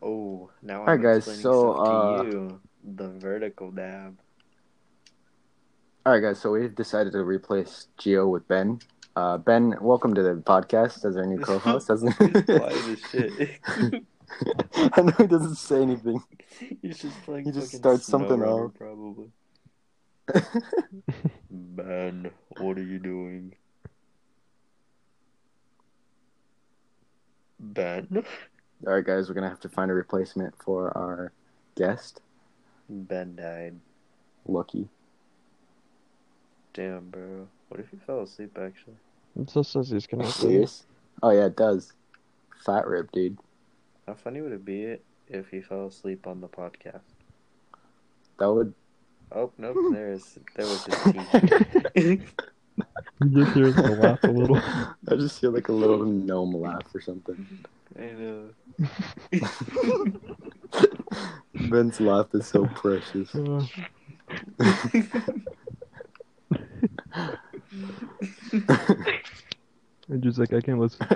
C: Oh, now I'm
A: right, guys, uh,
C: explaining
A: so,
C: stuff
A: uh,
C: to you. The vertical dab.
A: All right, guys. So we decided to replace Geo with Ben. Uh, ben, welcome to the podcast as our new co-host. As...
C: Why is shit?
A: I know he doesn't say anything.
C: He's just playing.
A: He just
C: fucking
A: starts something
C: Snow Runner,
A: off.
C: probably. Ben, what are you doing? Ben,
A: All right, guys. We're gonna have to find a replacement for our guest,
C: Ben died.
A: Lucky.
C: Damn, bro. What if he fell asleep? Actually,
D: It just says he's connected.
A: Serious? Oh yeah, it does. Fat rib, dude.
C: how funny would it be it if he fell asleep on the podcast?
A: That would.
C: Oh nope, there's there was his teeth.
D: You just hear him laugh a little.
A: I just feel like a little gnome laugh or something.
C: I know.
A: Ben's laugh is so precious.
D: Uh, I'm just like I can't listen.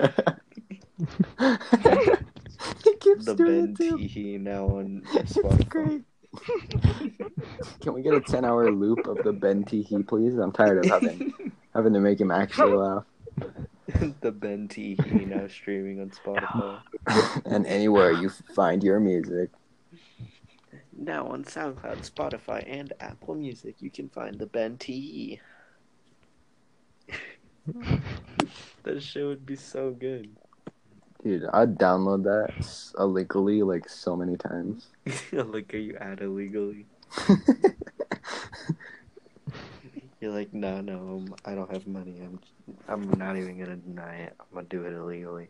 A: he keeps
C: the
A: doing
C: Ben
A: it too.
C: Teehee now on
A: It's
C: Spotify.
A: great. Can we get a ten-hour loop of the Ben Teehee, please? I'm tired of having having to make him actually laugh.
C: the Ben Teehee now streaming on Spotify.
A: and anywhere you find your music,
C: Now on SoundCloud, Spotify, and Apple Music, you can find the Ben Teehee. that shit would be so good.
A: dude, I'd download that s- illegally like so many times.
C: Look at you add illegally. You're like, no, no, I'm- I don't have money. I'm, I'm not even gonna deny it. I'm gonna do it illegally.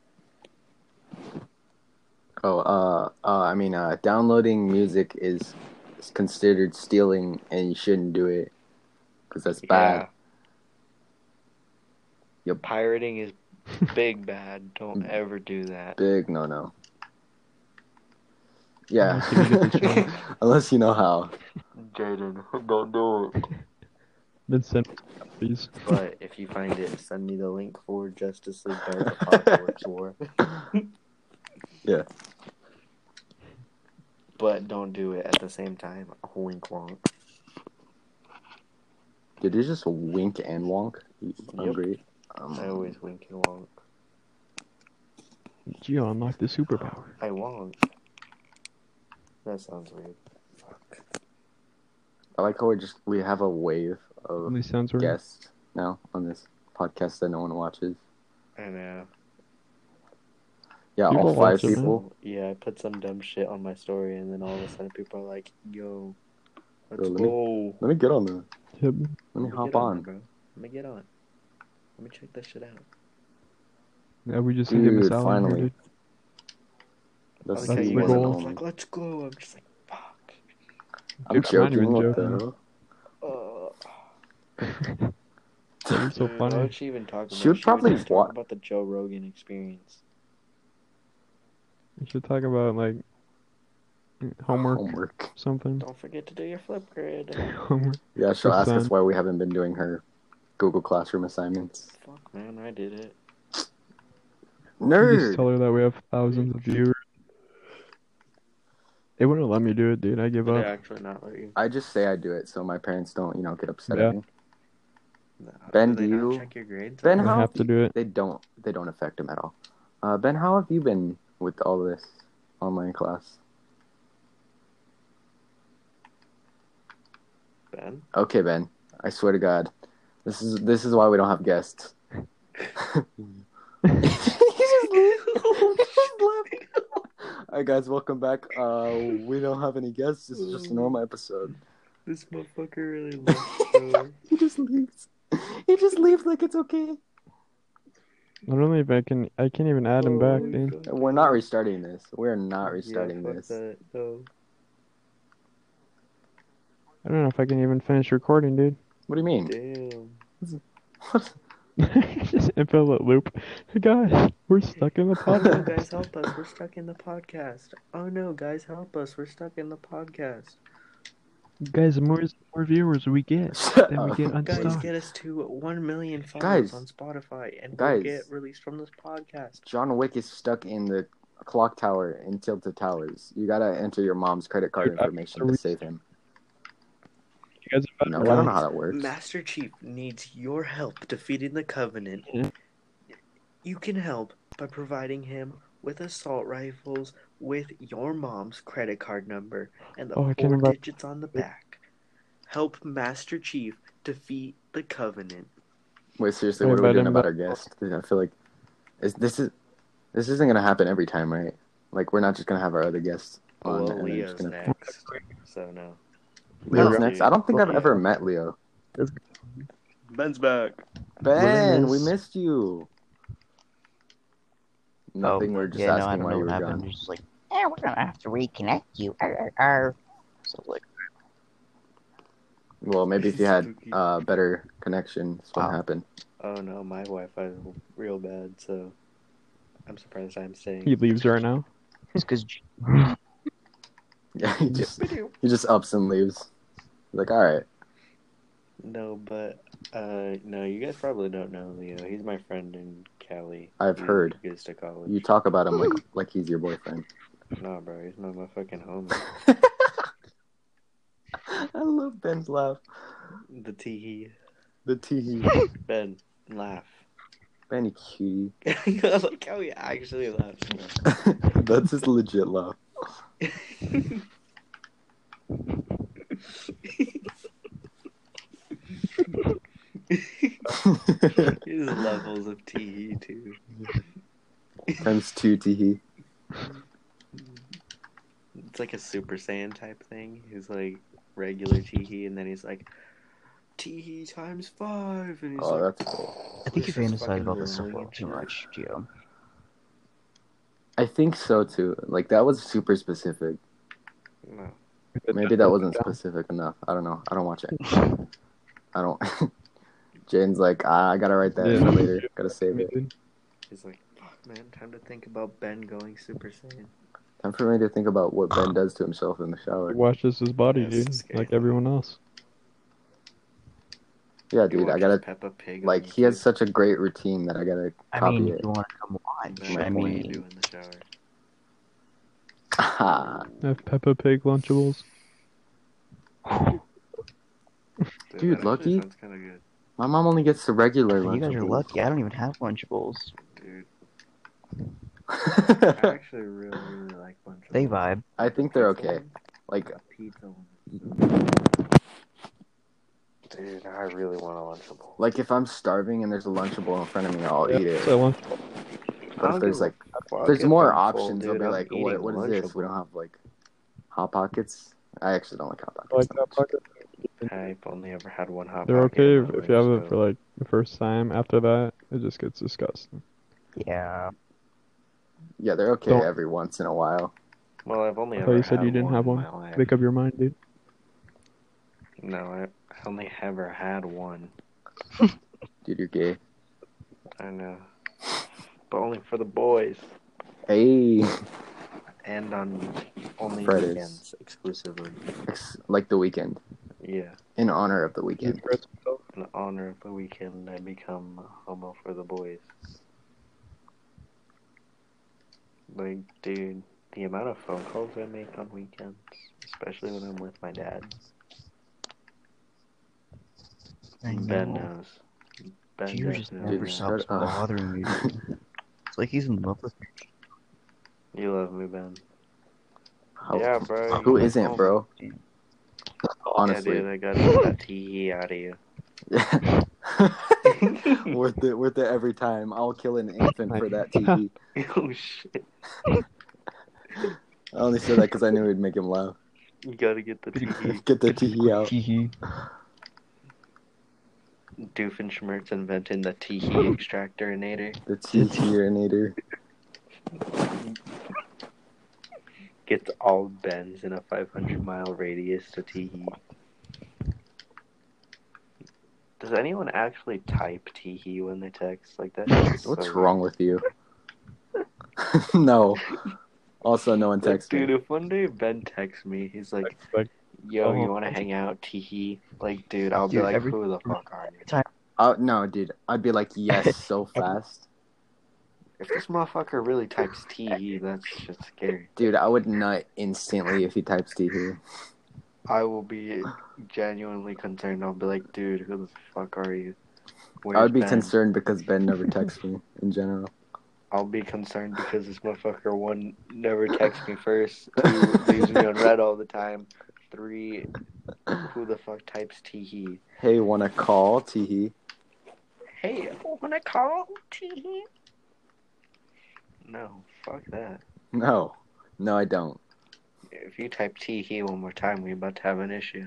A: Oh, uh, uh, I mean, uh, downloading music is, is considered stealing, and you shouldn't do it because that's bad.
C: Yeah.
A: Yep.
C: Pirating is big bad. Don't ever do that.
A: Big no no. Yeah,
D: Unless you get the
A: unless you know how.
C: Jaden, don't do it.
D: Then send, please.
C: But if you find it, send me the link for Justice League Dark Apocalypse War.
A: Yeah.
C: But don't do it at the same time. Wink wonk.
A: Did you just wink and wonk? You
C: Yep.
A: Hungry? Um,
C: I always wink and wonk.
D: Geo, unlock the superpower.
C: I won't. That sounds weird. Fuck.
A: I like how we just we have a wave of
D: Only sounds weird.
A: guests now on this podcast that no one watches.
C: I know.
A: Yeah,
D: People
A: all five
D: watch it, man.
A: people.
C: Yeah, I put some dumb shit on my story, and then all of a sudden people are like, yo, let's
A: Yo, let me-
C: go.
A: Let me get on that.
D: Yep.
A: Let me
C: Let me
A: hop
C: get
A: on.
C: it, bro. Let me get on. Let me check that shit out.
D: Yeah, we just hit Miss
A: Dude,
D: Allen here,
A: finally.
D: dude.
A: That's,
D: That's
A: the
D: the
A: one and
D: goal.
C: It's
A: only.
C: like, let's go. I'm just like, fuck.
A: I'm
D: Dude, I'm not
A: joking.
D: even
A: what the
D: joking.
A: hell?
C: Uh,
D: That was so
C: dude, Why
D: funny.
C: would she even talk about?
A: She would probably
C: just
A: wa-
C: talk about the Joe Rogan experience.
D: We should talk about like homework,
A: Homework.
D: something.
C: Don't forget to do your flip grid.
D: Homework.
A: Yeah, she'll ask us
D: son.
A: why we haven't been doing her Google Classroom assignments.
C: fuck, man, I did it.
D: You just
A: Nerd.
D: tell her that we have thousands of viewers. It wouldn't let me do it, dude. I give
C: Did I
D: up.
C: actually not let you?
A: I just say I do it so my parents don't, you know, get upset
D: Yeah.
A: at me.
C: No.
A: Ben,
C: Did they
A: do
C: not
A: you-
C: check your grades?
A: Ben,
D: I
A: how
D: have to do it.
A: They don't. They don't affect him at all. Uh, ben, how have you been with all this online class?
C: Ben,
A: Okay, Ben. I swear to God, this is this is why we don't have guests. He just left. He just left. All right, guys, welcome back. Uh, we don't have any guests. This is just a normal episode.
C: this motherfucker really loves.
A: He just leaves. He just leaves like it's okay.
D: I don't know if I can. I can't even add him back, dude.
A: We're not restarting this. We're not restarting
C: Oh, yeah, fuck
A: this.
C: That, though.
D: I don't know if I can even finish recording, dude.
A: What do you mean?
C: Damn.
D: just infinite loop. Guys, we're stuck in the
C: Oh
D: pod.
C: no, guys, help us. We're stuck in the podcast. Oh no, guys, help us. We're stuck in the podcast.
D: guys, the more the more viewers we get,
A: Shut
D: then we
A: up.
D: get
C: Guys,
D: unstuck.
C: get us to 1 million followers
A: Guys.
C: on Spotify and
A: Guys.
C: we'll get released from this podcast.
A: John Wick is stuck in the clock tower in Tilted Towers. You gotta enter your mom's credit card
D: Dude, I-
A: information to save him.
D: You guys
C: No,
A: I don't know how that works.
C: Master Chief needs your help defeating the Covenant.
D: Mhm.
C: You can help by providing him with assault rifles with your mom's credit card number and the
D: Oh, I
C: four
D: can remember-
C: digits on the back. Help Master Chief defeat the Covenant.
A: Wait, seriously,
D: Hey,
A: what are we
D: but
A: doing
D: I'm
A: about
D: not-
A: our guest? Dude, I feel like is, this is this isn't gonna happen every time, right? Like we're not just gonna have our other guests on.
C: Well,
A: and then
C: Leo's
A: just gonna...
C: next. So no.
A: Leo's
C: No.
A: next. I don't think
C: Fuck
A: I've
C: Leo.
A: ever met Leo.
C: Ben's back.
A: Ben, we
D: is-
A: missed you.
C: Oh,
A: Nothing. we're just
B: Oh, yeah, no, I
A: asking
B: don't
A: why
B: know
A: you were
B: what happened.
A: gone.
B: They're just like, yeah, we're gonna have to reconnect you. Arr, arr, arr. So like,
A: Well, maybe if you had
C: Spooky.
A: uh, better connection, that's what
B: Wow.
A: happened.
C: Oh no, my Wi-Fi is real bad, so I'm surprised I'm staying.
D: He leaves right now.
B: it's because
A: Yeah, he just he just ups and leaves. Like, all right,
C: No, but uh, no, you guys probably don't know Leo. He's my friend in Cali.
A: I've
C: He
A: heard.
C: Goes to college.
A: you talk about him like like he's your boyfriend.
C: No, bro, he's not my fucking homie.
A: I love Ben's laugh.
C: the tee.
A: The tee.
C: Ben, laugh.
A: Benny cutie.
C: I like how he actually laughs.
A: That's his legit laugh.
C: His levels of tee too.
A: Times two teehee.
C: It's like a Super Saiyan type thing. He's like regular tee, and then he's like tee times five, and he's
A: Oh,
C: like,
A: that's cool.
B: I think you
C: This is
B: fantasize about
C: fucking
B: this stuff
C: brilliant.
B: too much, Gio.
A: I think so too. Like that was super specific.
C: No.
A: Maybe that wasn't specific enough. I don't know. I don't watch it. I don't. Jane's like, ah, I gotta write that
D: Yeah.
A: for later. Gotta save it.
C: He's like, fuck, man, time to think about Ben going Super Saiyan.
A: Time for me to think about what Ben does to himself in the shower.
D: Washes his body,
C: Yeah, it's
D: dude,
C: scary.
D: like everyone else.
A: Yeah,
C: He
A: dude, I
C: watches
A: gotta.
C: Peppa Pig. on
A: Like, he has
C: YouTube.
A: such a great routine that I gotta
B: I
A: copy
B: mean, if
A: it.
B: you want to come watch,
C: Matt,
B: I
C: what do you
B: mean,
C: do in the shower?
A: Ah,
D: I have Peppa Pig Lunchables.
A: Dude,
C: that actually
A: Lucky?
C: Sounds kind of good,
A: my mom only gets the regular
B: you guys are
A: Lunchables.
B: lucky. I don't even have Lunchables.
C: dude. I actually really, really like bunch of
B: They vibe.
A: I think they're okay. Like,
C: Pizza. ones. Dude, I really want a Lunchable.
A: like if I'm starving and there's a Lunchable in front of me, I'll eat it.
D: So lunch-
A: But
C: I don't
A: if there's
C: give a
A: like,
C: fuck
A: if there's
C: if
A: more
C: I'm full,
A: options,
C: dude,
A: I'll be
C: I'm
A: like,
C: eating
A: what, what is this?
C: Lunchable.
A: We don't have like hot pockets. I actually don't like hot
D: I like
A: pockets.
D: that pocket.
C: I've only ever had one hot.
D: They're
C: Pocket
D: okay
C: in
D: if,
C: my
D: if
C: life,
D: you have it
C: so-
D: for like the first time. After that, it just gets disgusting.
B: Yeah.
A: Yeah, they're okay
D: Don't-
A: every once in a while.
C: Well, I've only
D: I thought
C: ever
D: you said
C: had
D: you didn't
C: one
D: have
C: in
D: one.
C: my life.
D: Make up your mind, dude.
C: No, I I only ever had one.
A: Dude, you're gay.
C: I know, but only for the boys
A: Hey,
C: and on only
A: Fridays.
C: weekends exclusively.
A: It's like the weekend,
C: Yeah,
A: in honor of the
D: You
A: weekend.
D: dress yourself.
C: in honor of the weekend, I become a homo for the boys. Like, dude, the amount of phone calls I make on weekends, especially when I'm with my dad.
B: I
C: Ben
B: know.
C: knows. Ben
B: Gio just
C: definitely
B: never
A: Dude,
C: knows.
B: stops
A: shut up.
B: bothering me. It's like he's in love with me.
C: You love me, Ben.
A: How-
C: yeah, bro.
A: Oh, Who
C: you
A: isn't,
C: know.
A: bro?
C: Yeah,
A: Honestly,
C: dude, I got that tee out of you.
A: worth it, worth it every time. I'll kill an infant for that TV.
C: oh shit!
A: I only said that because I knew it'd make him laugh.
C: E, You gotta get the E, tee.
A: Get the TV out.
D: Hee-hee.
C: Doofenshmirtz inventing the E tee extractorinator.
A: The TT-urinator.
C: Gets all bends in a 500 mile radius to tee. Does anyone actually type tee when they text like that? shit's
A: What's
C: so-
A: wrong with you? no. Also, no one
C: Like,
A: texts
C: dude,
A: me.
C: if one day Ben texts me, he's like,
D: Like,
C: "Yo,
D: Oh.
C: you want to hang out?" Tee Like, dude, I'll be
B: Dude,
C: like,
B: every-
C: "Who the fuck are you?"
A: Oh no, dude. I'd be like, yes, so fast,
C: If this motherfucker really types T, that's just scary.
A: E. dude. I would nut instantly if he types TT.
C: I will be genuinely concerned, I'll be like, dude, who the fuck are you?
A: I
C: Where's
A: would be
C: Ben?
A: concerned because Ben never texts me in general.
C: I'll be concerned because this motherfucker one never texts me first, two leaves me on red all the time, three who the fuck types E? tee hee.
A: Hey, wanna call? E? Teehee.
C: Hey, wanna call E? tee hee? No, fuck that.
A: No, no, I don't.
C: If you type tee hee one more time, we're about to have an issue.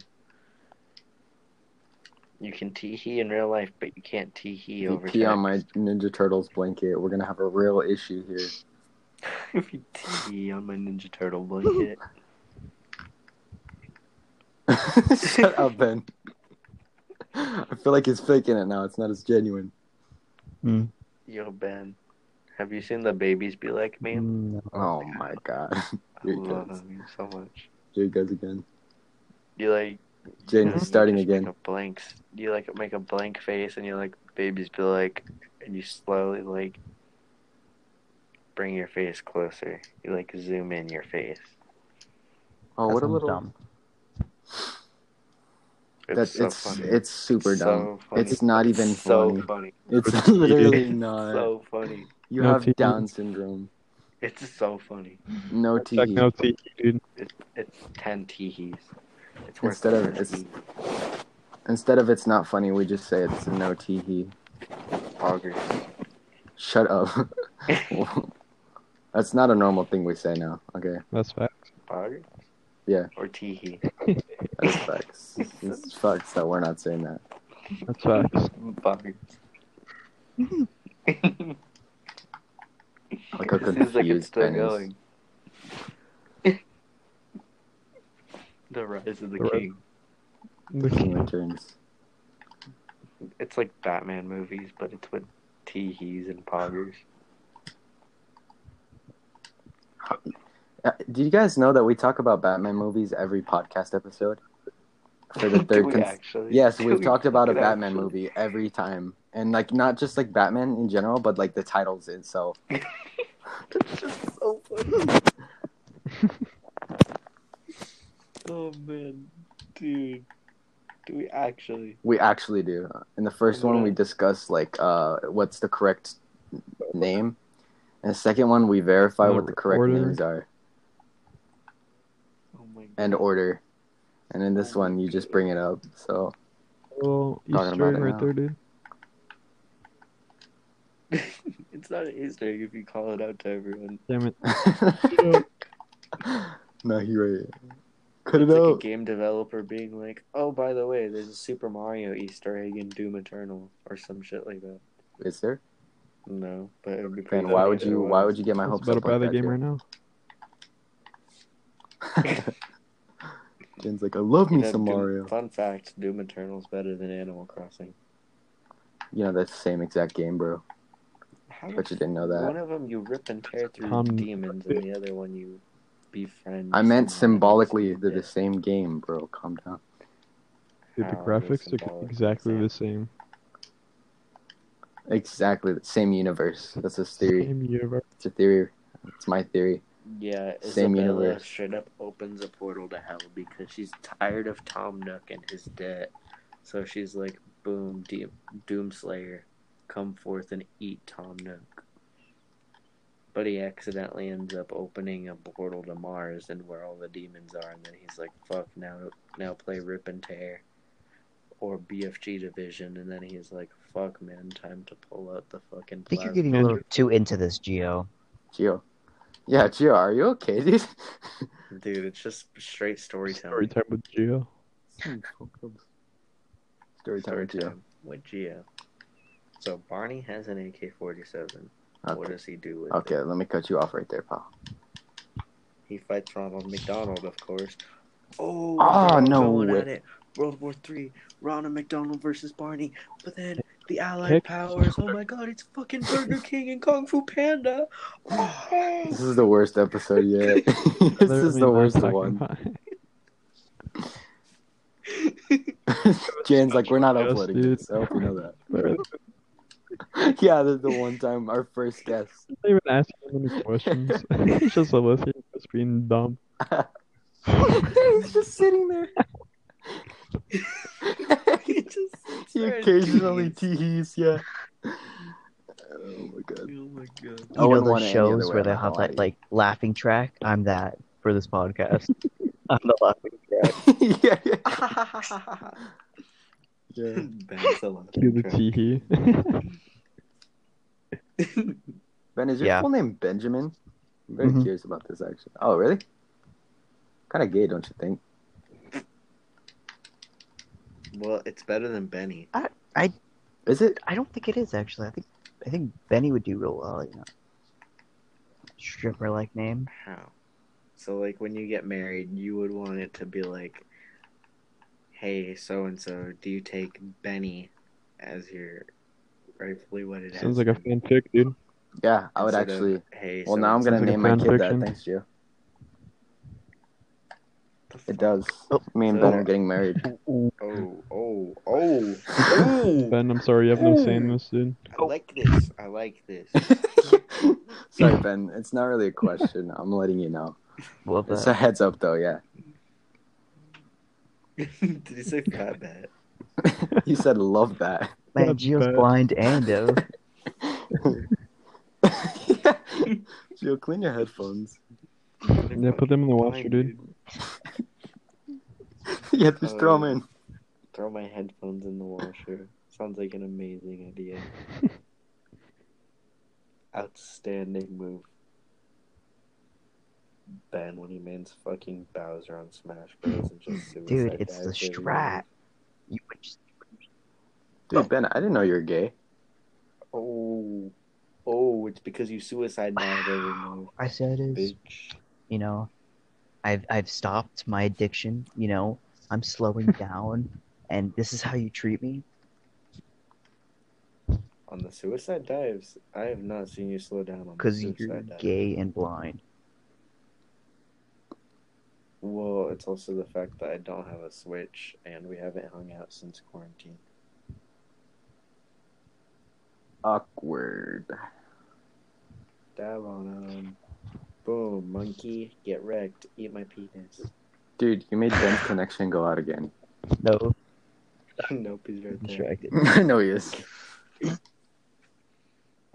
C: You can tee hee in real life, but you can't tee hee
A: You
C: over
A: pee on
C: text.
A: my Ninja Turtles blanket. We're gonna have a real issue here.
C: if you tee on my Ninja Turtle blanket.
A: Shut up, Ben. I feel like he's faking it now. It's not as genuine.
C: Yo, Ben, have you seen the babies be like me?
B: Mm,
A: Oh my god.
C: I
A: Here he
C: love
A: goes.
C: him so much.
A: Here he goes again.
C: You like
A: Jane,
C: you
A: he's starting
C: just
A: again.
C: Make a blank. s- You like make a blank face, and you like babies be like, and you slowly like bring your face closer. You like zoom in your face.
A: Oh,
B: that
A: what a
B: sounds
A: little.
B: dumb.
C: It's
A: That's
C: so
A: it's
C: funny.
A: it's super
C: So
A: dumb.
C: funny.
A: It's not even
C: so
A: funny.
C: funny.
A: It's literally
D: It's
A: not. E.
C: so funny.
A: you
D: No
A: have
D: teehee.
A: Down syndrome.
C: It's so funny.
A: No E.
D: Check
A: teehee.
D: no tea, dude.
C: It's ten teehees. It's worth
A: Instead of-
C: it.
A: it's- Instead of it's not funny, we just say it's no teehee.
C: poggers.
A: Shut up. That's not a normal thing we say now. Okay,
D: That's facts.
C: Poggers.
A: Yeah.
C: Or teehee.
A: that's facts. it's facts that we're not saying that.
D: That's facts.
C: Poggers.
A: Like how
C: It seems like it's
A: confused
C: still
A: Ben is.
C: going. the rise of the,
D: The ri-
C: king.
A: The King returns.
C: It's like Batman movies, but it's with teehees and poggers.
A: Uh, do you guys know that we talk about Batman movies every podcast episode? For the
C: Do
A: third
C: we
A: cons-
C: actually?
A: Yes,
C: Do
A: we've
C: we
A: talked about a
C: fucking
A: Batman
C: actually?
A: movie every time. And like not just like Batman in general, but like the titles itself.
C: It's just so funny. oh man, dude, do we actually?
A: We actually do. In the first one we
C: Yeah.
A: discuss like uh what's the correct name. And the second one we verify
D: The
A: what the correct
D: order.
A: names are
C: Oh my god.
A: and order. And in this one you just bring it up. So
D: Little
A: Talking
D: Easter
A: about
D: egg
A: it
D: right
A: now.
D: there, dude.
C: it's not an Easter egg if you call it out to everyone.
D: Damn it.
A: No, he right. Cut
C: It's
A: it
C: like a
A: out.
C: game developer being like, "Oh, by the way, there's a Super Mario Easter egg in Doom Eternal or some shit like that."
A: Is there?
C: No, but it would be pretty.
A: Ben, why would you why would you get my
D: That's
A: hopes
D: about
A: up
D: to buy
A: like
D: the
A: that,
D: game
A: dude?
D: right now.
A: Jen's like, I love me
C: know,
A: some
C: Doom-
A: Mario.
C: Fun fact: Doom Eternal's better than Animal Crossing.
A: You know, that's the same exact game, bro.
C: How
A: But you didn't know
C: One
A: that.
C: of them you rip and tear through
D: Um,
C: demons, and the other one you befriend.
A: I meant
C: someone else.
A: symbolically, they're
C: Yeah.
A: the same game, bro. Calm down.
D: Dude, the
C: How are they
D: graphics are
C: symbolic?
D: exactly
C: Same.
D: the same.
A: Exactly the same universe. That's his theory.
D: Same universe.
A: It's a theory. It's my theory.
C: Yeah,
A: Same
C: Isabella
A: universe.
C: straight up opens a portal to hell because she's tired of Tom Nook and his debt. So she's like, boom, D- Doomslayer, come forth and eat Tom Nook. But he accidentally ends up opening a portal to Mars and where all the demons are, and then he's like, fuck, now, now play Rip and Tear or BFG Division, and then he's like, fuck, man, time to pull out the fucking
B: I think you're
C: plasma."
B: getting a little too into this, Geo.
A: Geo. Yeah, Geo, are you okay, dude?
C: Dude, it's just straight
D: Story
C: storytelling.
D: time with Geo.
A: Story time with Geo.
C: with Geo. So Barney has an AK-47. What
A: Okay.
C: does he do with
A: okay,
C: it?
A: let me cut you off right there, pal.
C: He fights Ronald McDonald, of course. Oh,
A: Ah,
C: they're all
A: no
C: going
A: way.
C: at it. World War Three. Ronald McDonald versus Barney. But then the Allied
D: Heck.
C: powers. Oh my God! It's fucking Burger King and Kung Fu Panda.
A: This
C: Oh,
A: is the worst episode yet. this is
D: Literally
A: the
D: not
A: worst
D: talking
A: one.
D: about it.
A: Jan's like, we're not
D: Yes,
A: uploading
D: dude.
A: this. I hope you know that.
D: Literally,
A: yeah, this is the one time our first guest.
D: not even asking him any questions. It's just a listening just being dumb.
A: He's just sitting there.
F: He
C: There's
F: occasionally
C: tees.
F: tees, yeah.
A: Oh my
C: Oh
A: god.
C: my god.
A: I
B: You know
A: wouldn't want
B: those
A: it any other
B: shows
A: way,
B: where
A: I'm
B: they
A: not
B: have
A: gonna
B: that
A: lie
B: like laughing track? I'm that for this podcast. I'm the laughing track.
F: yeah, yeah, yeah.
C: That's a lot.
D: Cue the teehee.
A: Ben, is your
B: Yeah.
A: full name Benjamin? I'm very
D: Mhm.
A: curious about this actually. Oh, really? Kind of gay, don't you think?
C: Well, it's better than Benny.
A: Is it?
B: I don't think it is actually. I think I think Benny would do real well. You know, stripper like name.
C: How? So, like, when you get married, you would want it to be like, hey, so and so, do you take Benny as your rightfully what it
D: Sounds
C: has
D: like a
C: been?"
D: fanfic, dude.
A: Yeah, I would
C: Instead of,
A: actually.
C: hey,
A: Well, now I'm gonna
D: Sounds like a
A: name my
D: fan
A: kid
D: fiction.
A: that. Thanks, Gio.
C: so-and-so."
A: It does.
B: Oh.
A: Me and Ben
C: So-
A: are getting married.
C: Oh, oh, oh, oh!
D: Ben, I'm sorry you have no say in this, dude.
C: I like this. I like this.
A: Sorry, Ben. It's not really a question. I'm letting you know.
B: Love
A: It's a
B: that.
A: heads up, though. Yeah.
C: Did he say fat bat?
A: You said love that.
B: Man, Gio's
D: bad.
B: blind and oh.
A: Gio, clean your headphones.
D: Yeah, put them in the washer,
C: Fine,
D: dude.
A: yeah, just throw them in.
C: Throw my headphones in the washer. Sounds like an amazing idea. Outstanding move. Ben when he mans fucking Bowser on Smash Bros. and just suicide
B: dude, it's the
C: dives every
B: strat.
C: move.
B: You would just
A: Dude, Oh, Ben, I didn't know you were gay.
C: Oh, oh, it's because you suicide dive every move,
B: wow. I said is
C: bitch.
B: you know, I've I've stopped my addiction. You know, I'm slowing down, and this is how you treat me.
C: On the suicide dives, I have not seen you slow down on the
B: Because you're
C: suicide dive.
B: gay and blind.
C: Well, it's also the fact that I don't have a Switch and we haven't hung out since quarantine.
A: Awkward.
C: Dive on him. Boom, monkey, get wrecked, eat my penis.
A: Dude, you made Ben's connection go out again.
B: No,
C: nope, he's right there.
B: distracted.
A: I know he is.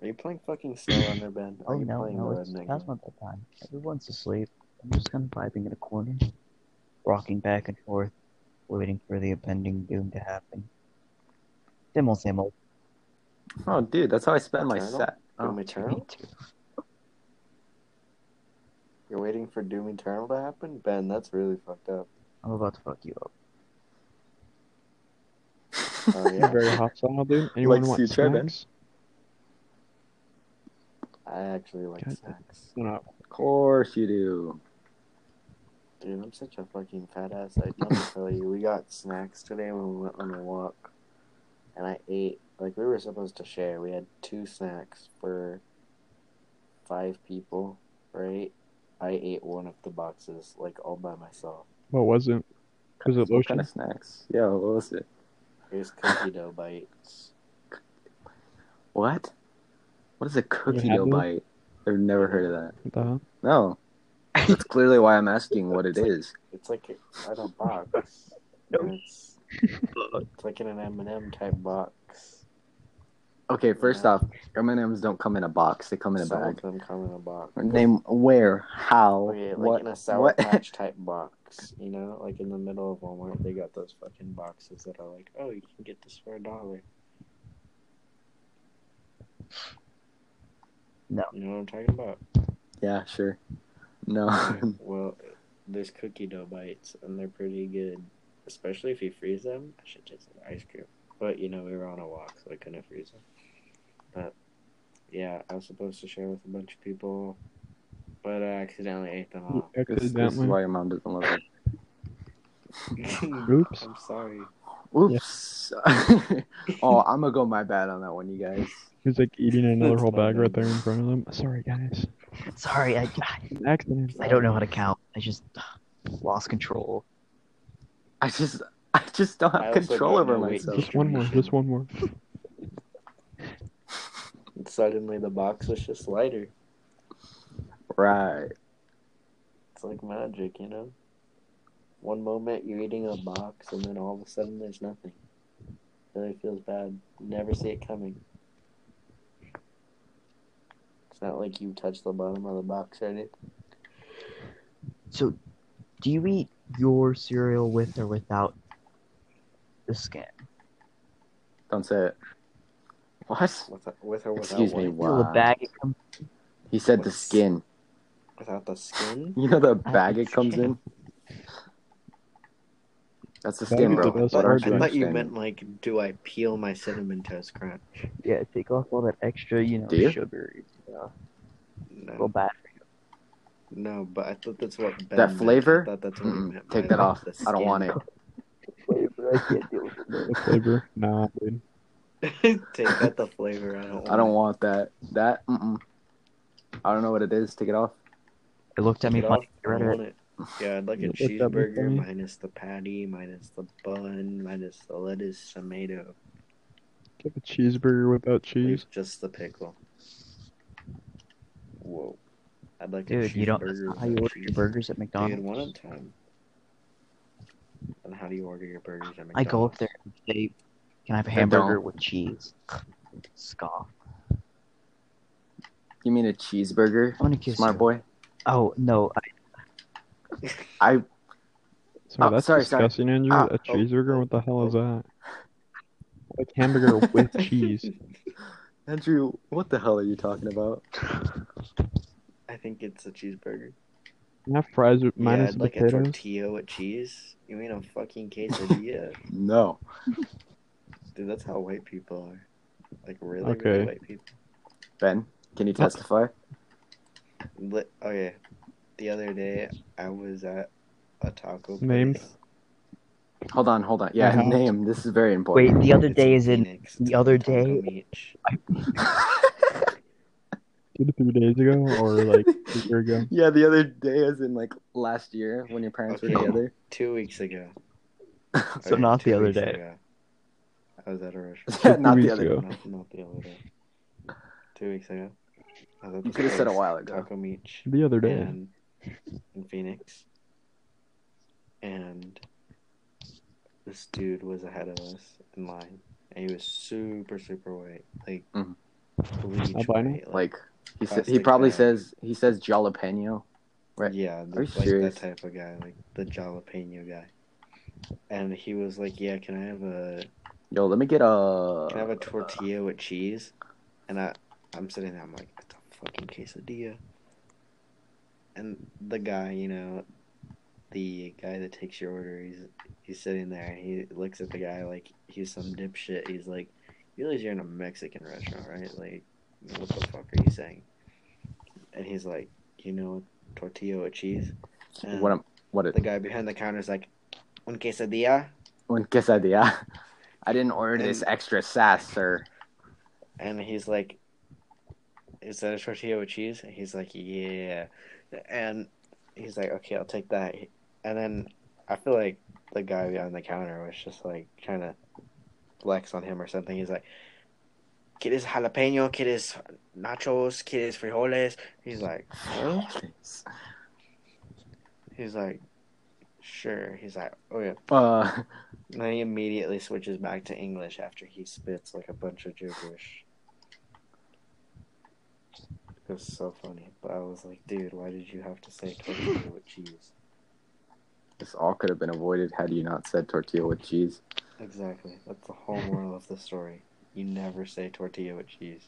C: Are you playing fucking SnowRunner, Ben? Are
B: Oh
C: you
B: no,
C: playing uh,
B: no,
C: the
B: it's
C: redneck
B: that's
C: game?
B: not the time. Everyone's asleep. I'm just kind of vibing in a corner, rocking back and forth, waiting for the impending doom to happen. Same old, same old.
A: Oh, dude, that's how I spent my
C: Eternal?
A: set.
C: Doom
A: Oh,
B: Me
C: Eternal?
B: too.
C: You're waiting for Doom Eternal to happen? Ben, that's really fucked up.
B: I'm about to fuck you up.
C: Oh,
D: You're
C: yeah.
D: very hostile, dude. Anyone
A: Like
D: want
A: Sue Trevin.
D: snacks?
C: I actually like
D: God.
C: snacks.
D: Why not?
A: of course you do.
C: Dude, I'm such a fucking fat ass. I let me tell you, we got snacks today when we went on a walk, and I ate like we were supposed to share. We had two snacks for five people, right? I ate one of the boxes like all by myself.
D: What was it? Was it
A: What kind
D: lotion?
A: of snacks? Yo, what was it?
C: It was cookie dough bites.
A: What? What is a cookie
D: had
A: dough
D: one?
A: bite? I've never heard of that.
D: What the hell?
A: No. That's clearly why I'm asking what it is.
C: It's like a, in a box. and It's, it's like in an M and m type box.
A: Okay, first off, M&Ms don't come in a box. They come in a
C: Some
A: bag.
C: of them come in a box.
A: Name where, how,
C: Okay, like
A: what,
C: in a sour
A: what?
C: patch type box, you know, like in the middle of Walmart, they got those fucking boxes that are like, oh, you can get this for a dollar.
B: No.
C: You know what I'm talking about?
A: Yeah, sure. No.
C: well, there's cookie dough bites, and they're pretty good, especially if you freeze them. I should taste like ice cream, but you know we were on a walk, so I couldn't freeze them. But yeah, I was supposed to share with a bunch of people, but I accidentally ate them all.
A: This, this is
D: Accidentally.
A: why your mom doesn't love it.
D: Oops.
C: I'm sorry.
A: Oops. oh, I'm gonna go my bad on that one, you guys.
D: He was like eating another
C: That's
D: whole
C: fine.
D: bag right there in front of them. Sorry, guys.
B: Sorry, I
D: An accident.
B: I don't know how to count. I just lost control.
A: I just, I just don't
C: I
A: have
C: also
A: control
C: don't
A: over
C: know what you-
A: myself.
D: Just one more. Just one more.
C: Suddenly, the box was just lighter.
A: Right.
C: It's like magic, you know? One moment you're eating a box, and then all of a sudden there's nothing. Really feels bad. Never see it coming. It's not like you touched the bottom of the box or anything.
B: So, do you eat your cereal with or without the skin?
A: Don't say it. What?
C: With, with or without
A: Excuse me.
C: what?
B: You know the
A: Wow.
B: bag it comes.
A: He said the skin.
C: Without the skin?
A: You know the bag it comes in. That's the
D: That'd
A: skin,
D: be
A: bro.
D: the best
A: What aren't
C: I
A: you
D: argument.
C: thought you
A: understanding?
C: meant like, do I peel my cinnamon toast crunch?
B: Yeah, take off all that extra, you know,
A: Do you?
B: sugar. You know, go
C: No,
B: back.
C: no, but I thought that's what ben
A: That
C: meant.
A: flavor?
C: I thought that's what he
A: Mm-mm.
C: meant. by,
A: Take that
C: like,
A: off.
C: the
A: I don't want it.
C: skin.
B: Flavor, I can't deal with it.
D: The flavor? Nah, dude.
C: Take out the flavor. I don't.
A: I don't want that. That. Mm-mm. I don't know what it is. Take it off.
B: It looked at me
C: Take it off.
B: funny.
C: I
B: I read
C: don't
B: it.
C: want it. Yeah, I'd like a
D: Look at me
C: cheeseburger
D: funny.
C: minus the patty, minus the bun, minus the lettuce, tomato,
D: Give a cheeseburger without cheese.
C: like, just the pickle. Whoa, I'd like a
B: Dude,
C: cheeseburger.
B: you don't. That's not how you
C: without
B: order your
C: cheese.
B: burgers at McDonald's.
C: Dude, one time. And how do you order your burgers at McDonald's?
B: I go up there and say, "Can I have a
A: I
B: hamburger
A: don't.
B: with cheese?" Scoff.
A: You mean a cheeseburger?
B: I'm gonna kiss
A: Smart
B: you.
A: boy.
B: Oh no, I,
A: I.
D: Sorry,
A: Oh,
D: that's
A: sorry, sorry.
D: disgusting, Andrew.
A: Ah.
D: a cheeseburger? What the hell is that? Like hamburger with cheese.
A: Andrew, what the hell are you talking about?
C: I think it's a cheeseburger.
D: Can I have fries with
C: yeah,
D: minus
C: I'd like a
D: potatoes?
C: tortilla with cheese. You mean a fucking quesadilla?
A: No.
C: Dude, that's how white people are. Like really,
D: Okay.
C: really white people.
A: Ben, can you testify?
C: Li- okay, oh, the other day I was at a taco place.
D: Name?
A: Hold on, hold on. Yeah,
D: Uh-huh.
A: name. This is very
B: wait.
A: important.
B: The other
C: It's
B: day is in
C: Phoenix.
B: the
C: It's
B: other
C: Taco
B: day-
C: Beach.
D: Two to three days ago, or like a year ago.
A: yeah, the other day, as in like last year when your parents
C: Okay.
A: were together.
C: two weeks ago.
B: So not
C: two
B: the other
C: weeks
B: day.
C: ago, I was at a restaurant.
A: Yeah, not the
D: weeks
A: other.
D: ago.
C: not, not the other day. Two weeks ago. I was at
A: You
C: this
A: could have said a
C: place,
A: while ago.
C: Taco Beach.
D: The other day.
C: and in Phoenix, and this dude was ahead of us in line, and he was super, super white, like
A: Mhm.
C: bleach
D: Albino?
C: white,
A: Like he sa- he
C: Plastic
A: probably
C: bag.
A: says he says jalapeno. right.
C: yeah, the,
A: Are you
C: like
A: serious?
C: that type of guy, like the jalapeno guy. And he was like, "Yeah, can I have a
A: Yo, let me get a.
C: can I have a tortilla with cheese?" And I I'm sitting there, I'm like, "It's a fucking quesadilla." And the guy, you know, the guy that takes your order, he's he's sitting there. and He looks at the guy like he's some dipshit. He's like, "You realize you're in a Mexican restaurant, right? Like, what the fuck are you saying?" And he's like, "You know, tortilla with cheese." And
A: uh, What am what
C: the
A: it?
C: guy behind the counter is like, "Un quesadilla,"
A: Un quesadilla. I didn't order this
C: And-
A: extra sass, sir.
C: and he's like, "Is that a tortilla with cheese?" And he's like, "Yeah," and he's like, "Okay, I'll take that." And then I feel like the guy behind the counter was just like trying to flex on him or something. He's like, "Quieres jalapeno? Quieres nachos? Quieres frijoles?" He's like, "Huh?" he's like, "Sure." He's like, "Oh yeah."
A: Uh,
C: And then he immediately switches back to English after he spits like a bunch of gibberish. It was so funny. But I was like, dude, why did you have to say tortilla with cheese?
A: this all could have been avoided had you not said tortilla with cheese.
C: Exactly. That's the whole moral of the story. You never say tortilla with cheese.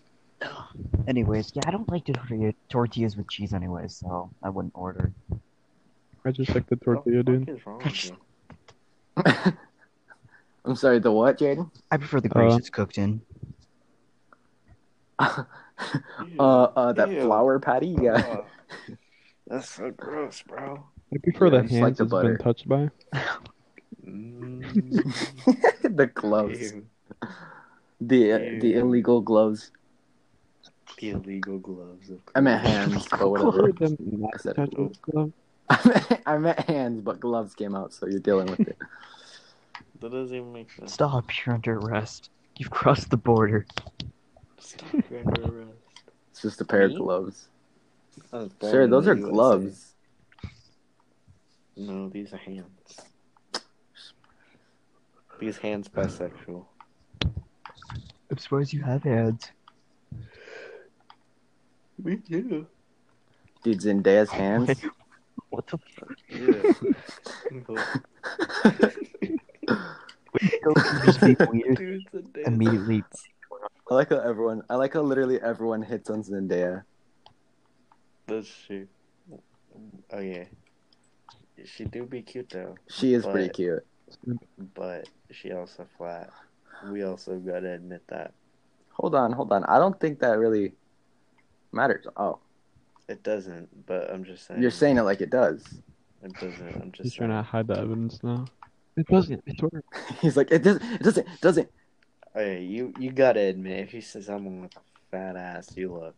B: anyways, yeah, I don't like tortilla, tortillas with cheese, anyways, so I wouldn't order.
D: I just like the
C: What
D: tortilla,
C: the fuck
D: dude.
C: is wrong with you?
A: I'm sorry. The what, Jaden?
B: I prefer the
D: Uh,
B: grease it's cooked in.
A: uh, uh, that
C: Ew.
A: flour patty. Yeah.
C: Ugh. that's so gross, bro.
D: I prefer
A: Yeah, I
D: the
A: just like
D: hands
A: the
D: has
A: butter.
D: been touched by.
C: Mm,
A: the gloves.
C: ew.
A: The uh, the
C: Ew.
A: illegal gloves.
C: The illegal gloves, of course.
A: I meant hands, but whatever.
D: Prefer them not
A: I said
D: touched
A: it.
D: with gloves.
A: I meant, I meant hands, but gloves came out, so you're dealing with it.
C: That doesn't even make sense.
B: Stop! You're under arrest. You've crossed the border.
C: Stop. You're under arrest.
A: It's just a pair
C: Me?
A: of gloves.
C: I was born
A: Sure,
C: in
A: those
C: the
A: are
C: USA.
A: gloves.
C: No, these are hands. These hands bisexual.
G: I'm surprised you have hands.
C: Me too.
A: Dude, Zendaya's hands.
B: What the fuck?
C: Yeah. Cool.
B: Go just be weird
C: Dude, it's a day.
B: immediately.
A: I like how everyone. I like how literally everyone hits on Zendaya.
C: That's she. Oh yeah. She do be cute though,
A: She is
C: But-
A: pretty cute.
C: but she also flat. We also gotta admit that
A: Hold on, hold on. I don't think that really matters. Oh,
C: it doesn't. But I'm just saying.
A: you're saying it like it does.
C: it doesn't. I'm just
D: He's trying to
C: saying.
D: hide the evidence now.
G: It doesn't. I swear.
A: He's like, it doesn't, it doesn't, it doesn't.
C: Hey, Oh, you you gotta admit if you see someone with a fat ass, you look.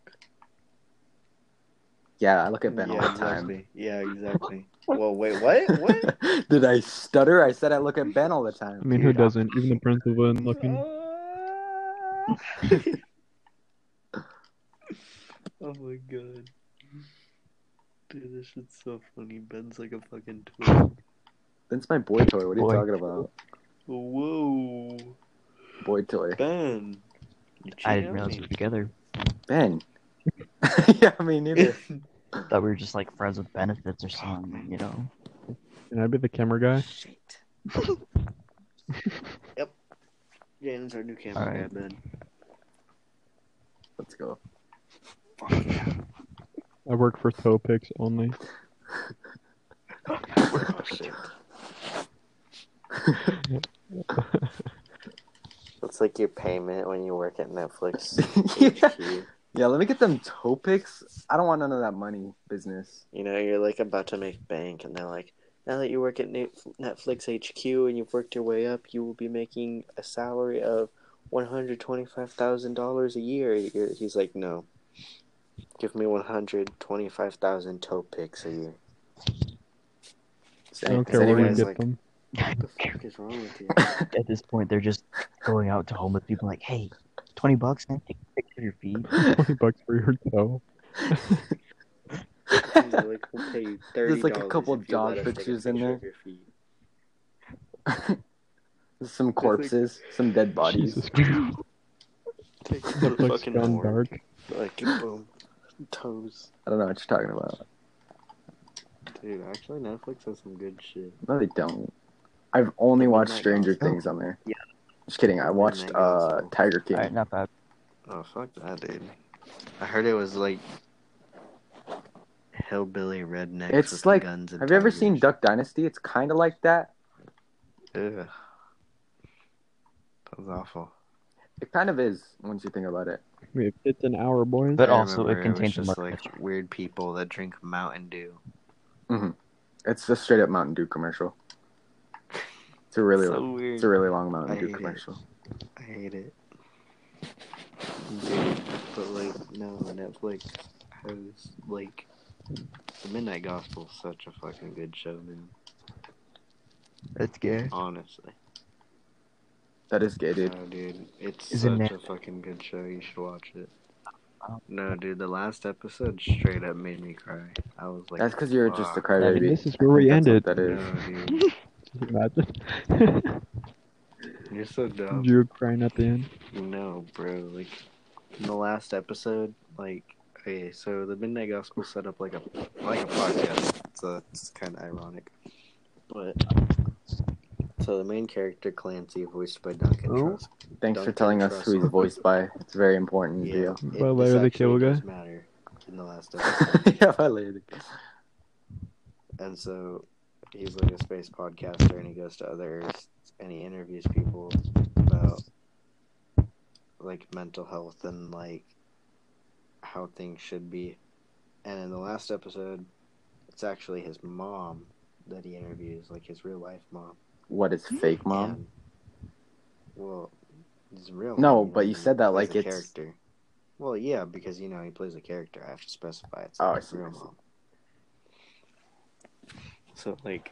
A: Yeah, I look at Ben
C: yeah,
A: all the time.
C: Exactly. Yeah, exactly. well, wait, what? What?
A: Did I stutter? I said I look at Ben all the time.
D: I mean, who
A: Dude,
D: doesn't? Even the prince of women looking.
C: oh my god. Dude, this shit's so funny. Ben's like a fucking twin.
A: Ben's my boy toy. What are you
G: Boy.
A: talking about?
C: Whoa.
A: Boy toy.
C: Ben. You
B: I
C: cheated
B: didn't
C: on
B: realize we
C: me.
B: were together.
A: Ben. yeah, me neither.
B: Thought we were just like friends with benefits or something, you know?
D: Can I be the camera guy?
C: Shit. yep. Jaden's our new camera guy,
B: Alright.
C: Ben.
A: Let's go.
C: Fuck yeah.
D: I work for toe picks only.
C: Oh, shit. It's like your payment when you work at Netflix.
A: yeah. yeah, let me get them toe picks. I don't want none of that money business.
C: You know, you're like about to make bank, and they're like, now that you work at Net- Netflix HQ and you've worked your way up, you will be making a salary of one hundred twenty-five thousand dollars a year. You're- He's like, no, give me one hundred twenty-five thousand toe picks a year.
A: Does
D: I
A: any-
D: don't
A: does
D: care where
A: anyone-
D: you
C: anyways,
D: get
C: like-
D: them.
C: What the fuck is wrong with you?
B: At this point, they're just going out to homeless people like, hey, 20 bucks, man, take a picture of your feet.
D: 20 bucks for your toe.
C: He's like, we'll pay you thirty.
A: There's like a couple dog pictures in there. some corpses, some dead bodies.
D: Jesus Christ.
C: Take it to the
D: Netflix
C: fucking
D: gone
C: morgue.
D: dark.
C: Like boom, toes.
A: I don't know what you're talking about.
C: Dude, actually, Netflix has some good shit.
A: No, they don't. I've only
C: But
A: watched
C: Midnight
A: Stranger
C: Gospel.
A: Things on there.
C: oh. Yeah.
A: Just kidding. I watched
C: Midnight
A: uh,
C: Gospel.
A: Tiger King.
B: Alright, not bad.
C: Oh fuck that, dude! I heard it was like hillbilly rednecks
A: It's
C: with
A: like-
C: guns. And
A: Have you ever
C: tigers.
A: seen Duck Dynasty? It's kind of like that.
C: Ugh. That was awful.
A: It kind of is once you think about it.
D: Wait, it's an hour, boys.
B: But
C: I
B: also, it
C: remember
B: contains
C: was
B: more.
C: just like weird people that drink Mountain Dew.
A: It's a straight up Mountain Dew commercial. It's a really,
C: so weird.
A: it's a really long Mountain
C: I
A: Dew
C: hate it.
A: commercial.
C: I hate it. Dude, but like no, Netflix has like the Midnight Gospel is such a fucking good show, man.
B: That's gay.
C: Honestly.
A: That is gay, dude.
C: No, Oh, dude, it's
B: Is it
C: such
B: Net-
C: a fucking good show. You should watch it.
B: Oh.
C: No, dude, the last episode straight up made me cry. I was like,
A: That's because you're just a
C: fuck.
D: I mean,
A: crybaby.
D: this is where we
A: That's what
D: ended.
A: That
C: No,
A: is.
C: dude,
D: Imagine.
C: you're so dumb.
D: Drew crying at the end.
C: No, bro. Like in the last episode, like okay, so the Midnight Gospel set up like a like a podcast, so it's kind of ironic. But so the main character Clancy, voiced by Duncan
B: Who?
C: Trussell.
A: Thanks for
C: Duncan
A: telling us who he's
C: Trussell.
A: voiced by. It's very important.
C: Yeah,
A: Yeah.
D: By
C: this
D: Larry the
C: actually
D: Cable Guy?
C: does Matter in the last episode.
A: yeah, by later.
C: And so he's like a space podcaster and he goes to other Earths and he interviews people about like mental health and like how things should be. And in the last episode, it's actually his mom that he interviews, like his real life mom.
A: What is fake mom?
C: And- well, his real
A: No,
C: mom,
A: but
C: know,
A: you
C: he
A: said that
C: plays
A: like
C: a
A: it's-
C: character. Well, yeah, because you know he plays a character. I have to specify it's
A: Oh,
C: not
A: I
C: his
A: see,
C: real
A: I see.
C: mom. So like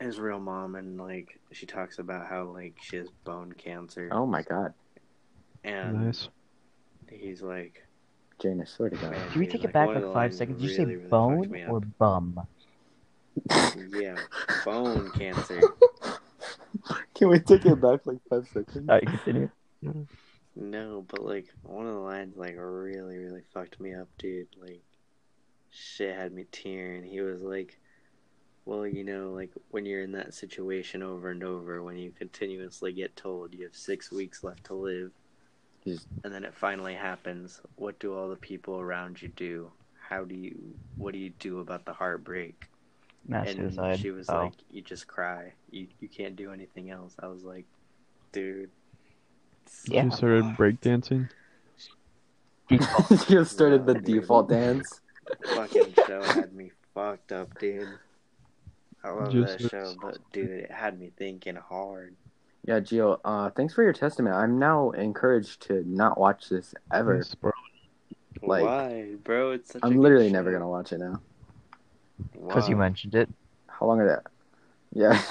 C: his real mom and like she talks about how like she has bone cancer
A: Oh my god.
C: and
D: Nice.
C: he's like
A: Jane, I swear to god.
C: man,
B: Can we
C: dude,
B: take it back
C: one
B: like
C: of the
B: five
C: lines
B: seconds? Did you
C: really,
B: say
C: really fucked
B: bone
C: me up.
B: or bum?
C: yeah bone cancer
A: Can we take it back like five seconds?
B: Alright, continue.
C: No, but like one of the lines like really, really fucked me up, dude. Like shit had me tearing. He was like, Well, you know, like when you're in that situation over and over, when you continuously get told you have six weeks left to live
A: He's-
C: and then it finally happens, what do all the people around you do? How do you what do you do about the heartbreak?
B: Mass
C: and
B: suicide.
C: she was
B: Oh.
C: like, "You just cry. You you can't do anything else." I was like, "Dude."
B: Yeah.
D: She started breakdancing.
A: you have started the
C: Nah, dude.
A: default dance.
C: fucking show had me fucked up, dude. I love
D: Just-
C: that show, but dude, it had me thinking hard.
A: Yeah, Gio. Uh, thanks for your testament. I'm now encouraged to not watch this ever.
D: Yes, bro.
A: Like-
C: Why, bro? It's such a
A: I'm
C: good
A: literally
C: show.
A: never gonna watch it now.
B: Because you
C: Why?
B: mentioned it.
A: How long are that? Yeah,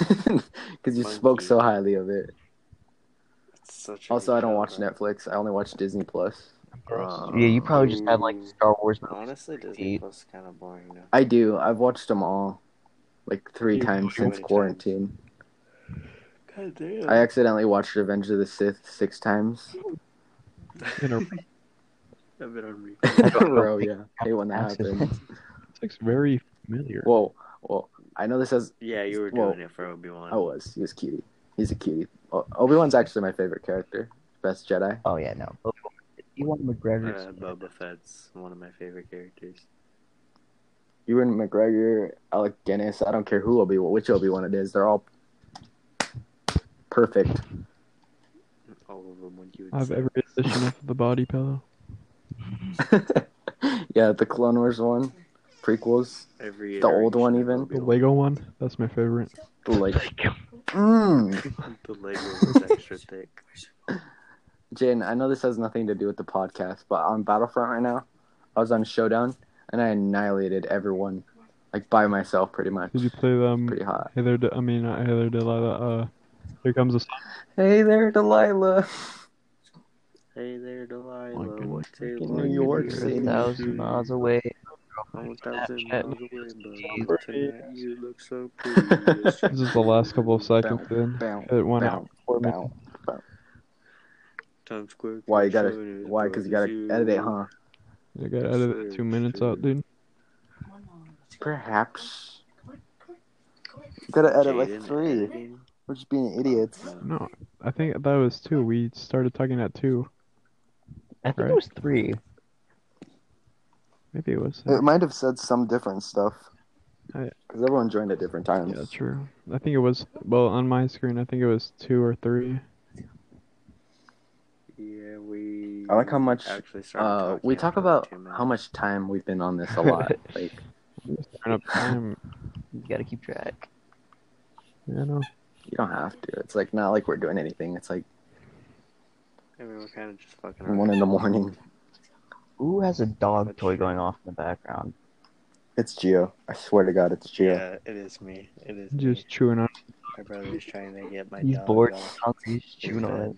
A: because you spoke
C: Funky.
A: so highly of it.
C: It's such a
A: Also,
C: good
A: I don't
C: show,
A: watch
C: bro.
A: Netflix. I only watch Disney Plus. Uh,
B: yeah, you probably just had like
C: um,
B: Star Wars. movies.
C: Honestly, Disney
B: Eight.
C: Plus kind of boring now.
A: I do. I've watched them all, like three
C: You've
A: times
C: watched them
A: since
C: many times.
A: quarantine.
C: God damn.
A: I accidentally watched Revenge of the Sith six times.
D: In a-
C: have been on repeat.
A: In a
B: don't
A: row,
B: think
A: yeah. I hate when that happens.
D: It's like very familiar.
A: Whoa, whoa. I know this has.
C: Yeah, you were
A: Well,
C: doing it for Obi Wan.
A: I was. He was cutie. He's a cutie. Obi Wan's actually my favorite character. Best Jedi.
B: Oh yeah, no. You want McGregor's?
C: uh, Boba Fett's one of my favorite characters.
A: Ewan McGregor, Alec Guinness. I don't care who Obi Wan, which Obi Wan it is. They're all perfect.
C: All of them when you would
D: I have
C: say.
D: every edition of the body pillow.
A: yeah, the Clone Wars one, prequels,
C: Every
A: The old
C: iteration
A: one
C: of
A: even?
D: The
C: Obi-Wan.
D: Lego one. That's my favorite.
A: the like. Mm.
C: The Lego was extra thick.
A: Jane, I know this has nothing to do with the podcast, but on Battlefront right now, I was on Showdown and I annihilated everyone, like by myself, pretty much.
D: Did you play them?
A: Pretty hot.
D: Hey there, De- I mean, not hey there, Delilah. Uh, here comes the sun.
A: Hey there, Delilah.
C: Hey there, Delilah.
D: My goodness.
C: What's your
A: Fucking
C: life?
A: New York
C: You're a
A: City.
B: thousand miles away.
C: I'm a thousand
B: Snapchat.
C: miles away,
B: Jesus.
C: but look tonight, you look so pretty. Yes, you
D: This is the last couple of seconds. Then
A: Bow,
D: it went
A: bow,
D: out. for me.
A: bow.
C: Times Square.
A: Why you
C: keeps
A: gotta?
C: showing us
A: Why? Because you gotta
C: brothers
A: edit it,
C: you.
A: huh?
D: I got out of two minutes out, dude.
A: Perhaps. You gotta edit like
C: Jaden
A: three.
C: editing.
A: We're just being idiots.
D: No, I think that was two. We started talking at two.
B: I think
D: Right.
B: it was three.
D: Maybe it was.
A: It might have said some different stuff.
D: I-
A: Because everyone joined at different times.
D: Yeah, true. I think it was. Well, on my screen, I think it was two or three.
C: Yeah, we.
A: I like how much,
C: Actually started
A: Uh, we
C: talking
A: talk
C: for
A: about
C: two minutes.
A: how much time we've been on this a lot. like,
D: Turn up time.
B: You gotta keep track.
D: Yeah, no.
A: you don't have to. It's like not like we're doing anything. It's like
C: I mean, we're kind of just fucking around.
A: one in the morning.
B: Who has a dog
C: That's
B: toy
C: true.
B: going off in the background?
A: It's Geo. I swear to God, it's Geo.
C: Yeah, it is me. It is me.
D: Just chewing on.
C: My brother's trying to get my
B: He's
C: dog
B: bored.
C: off.
B: He's chewing on it.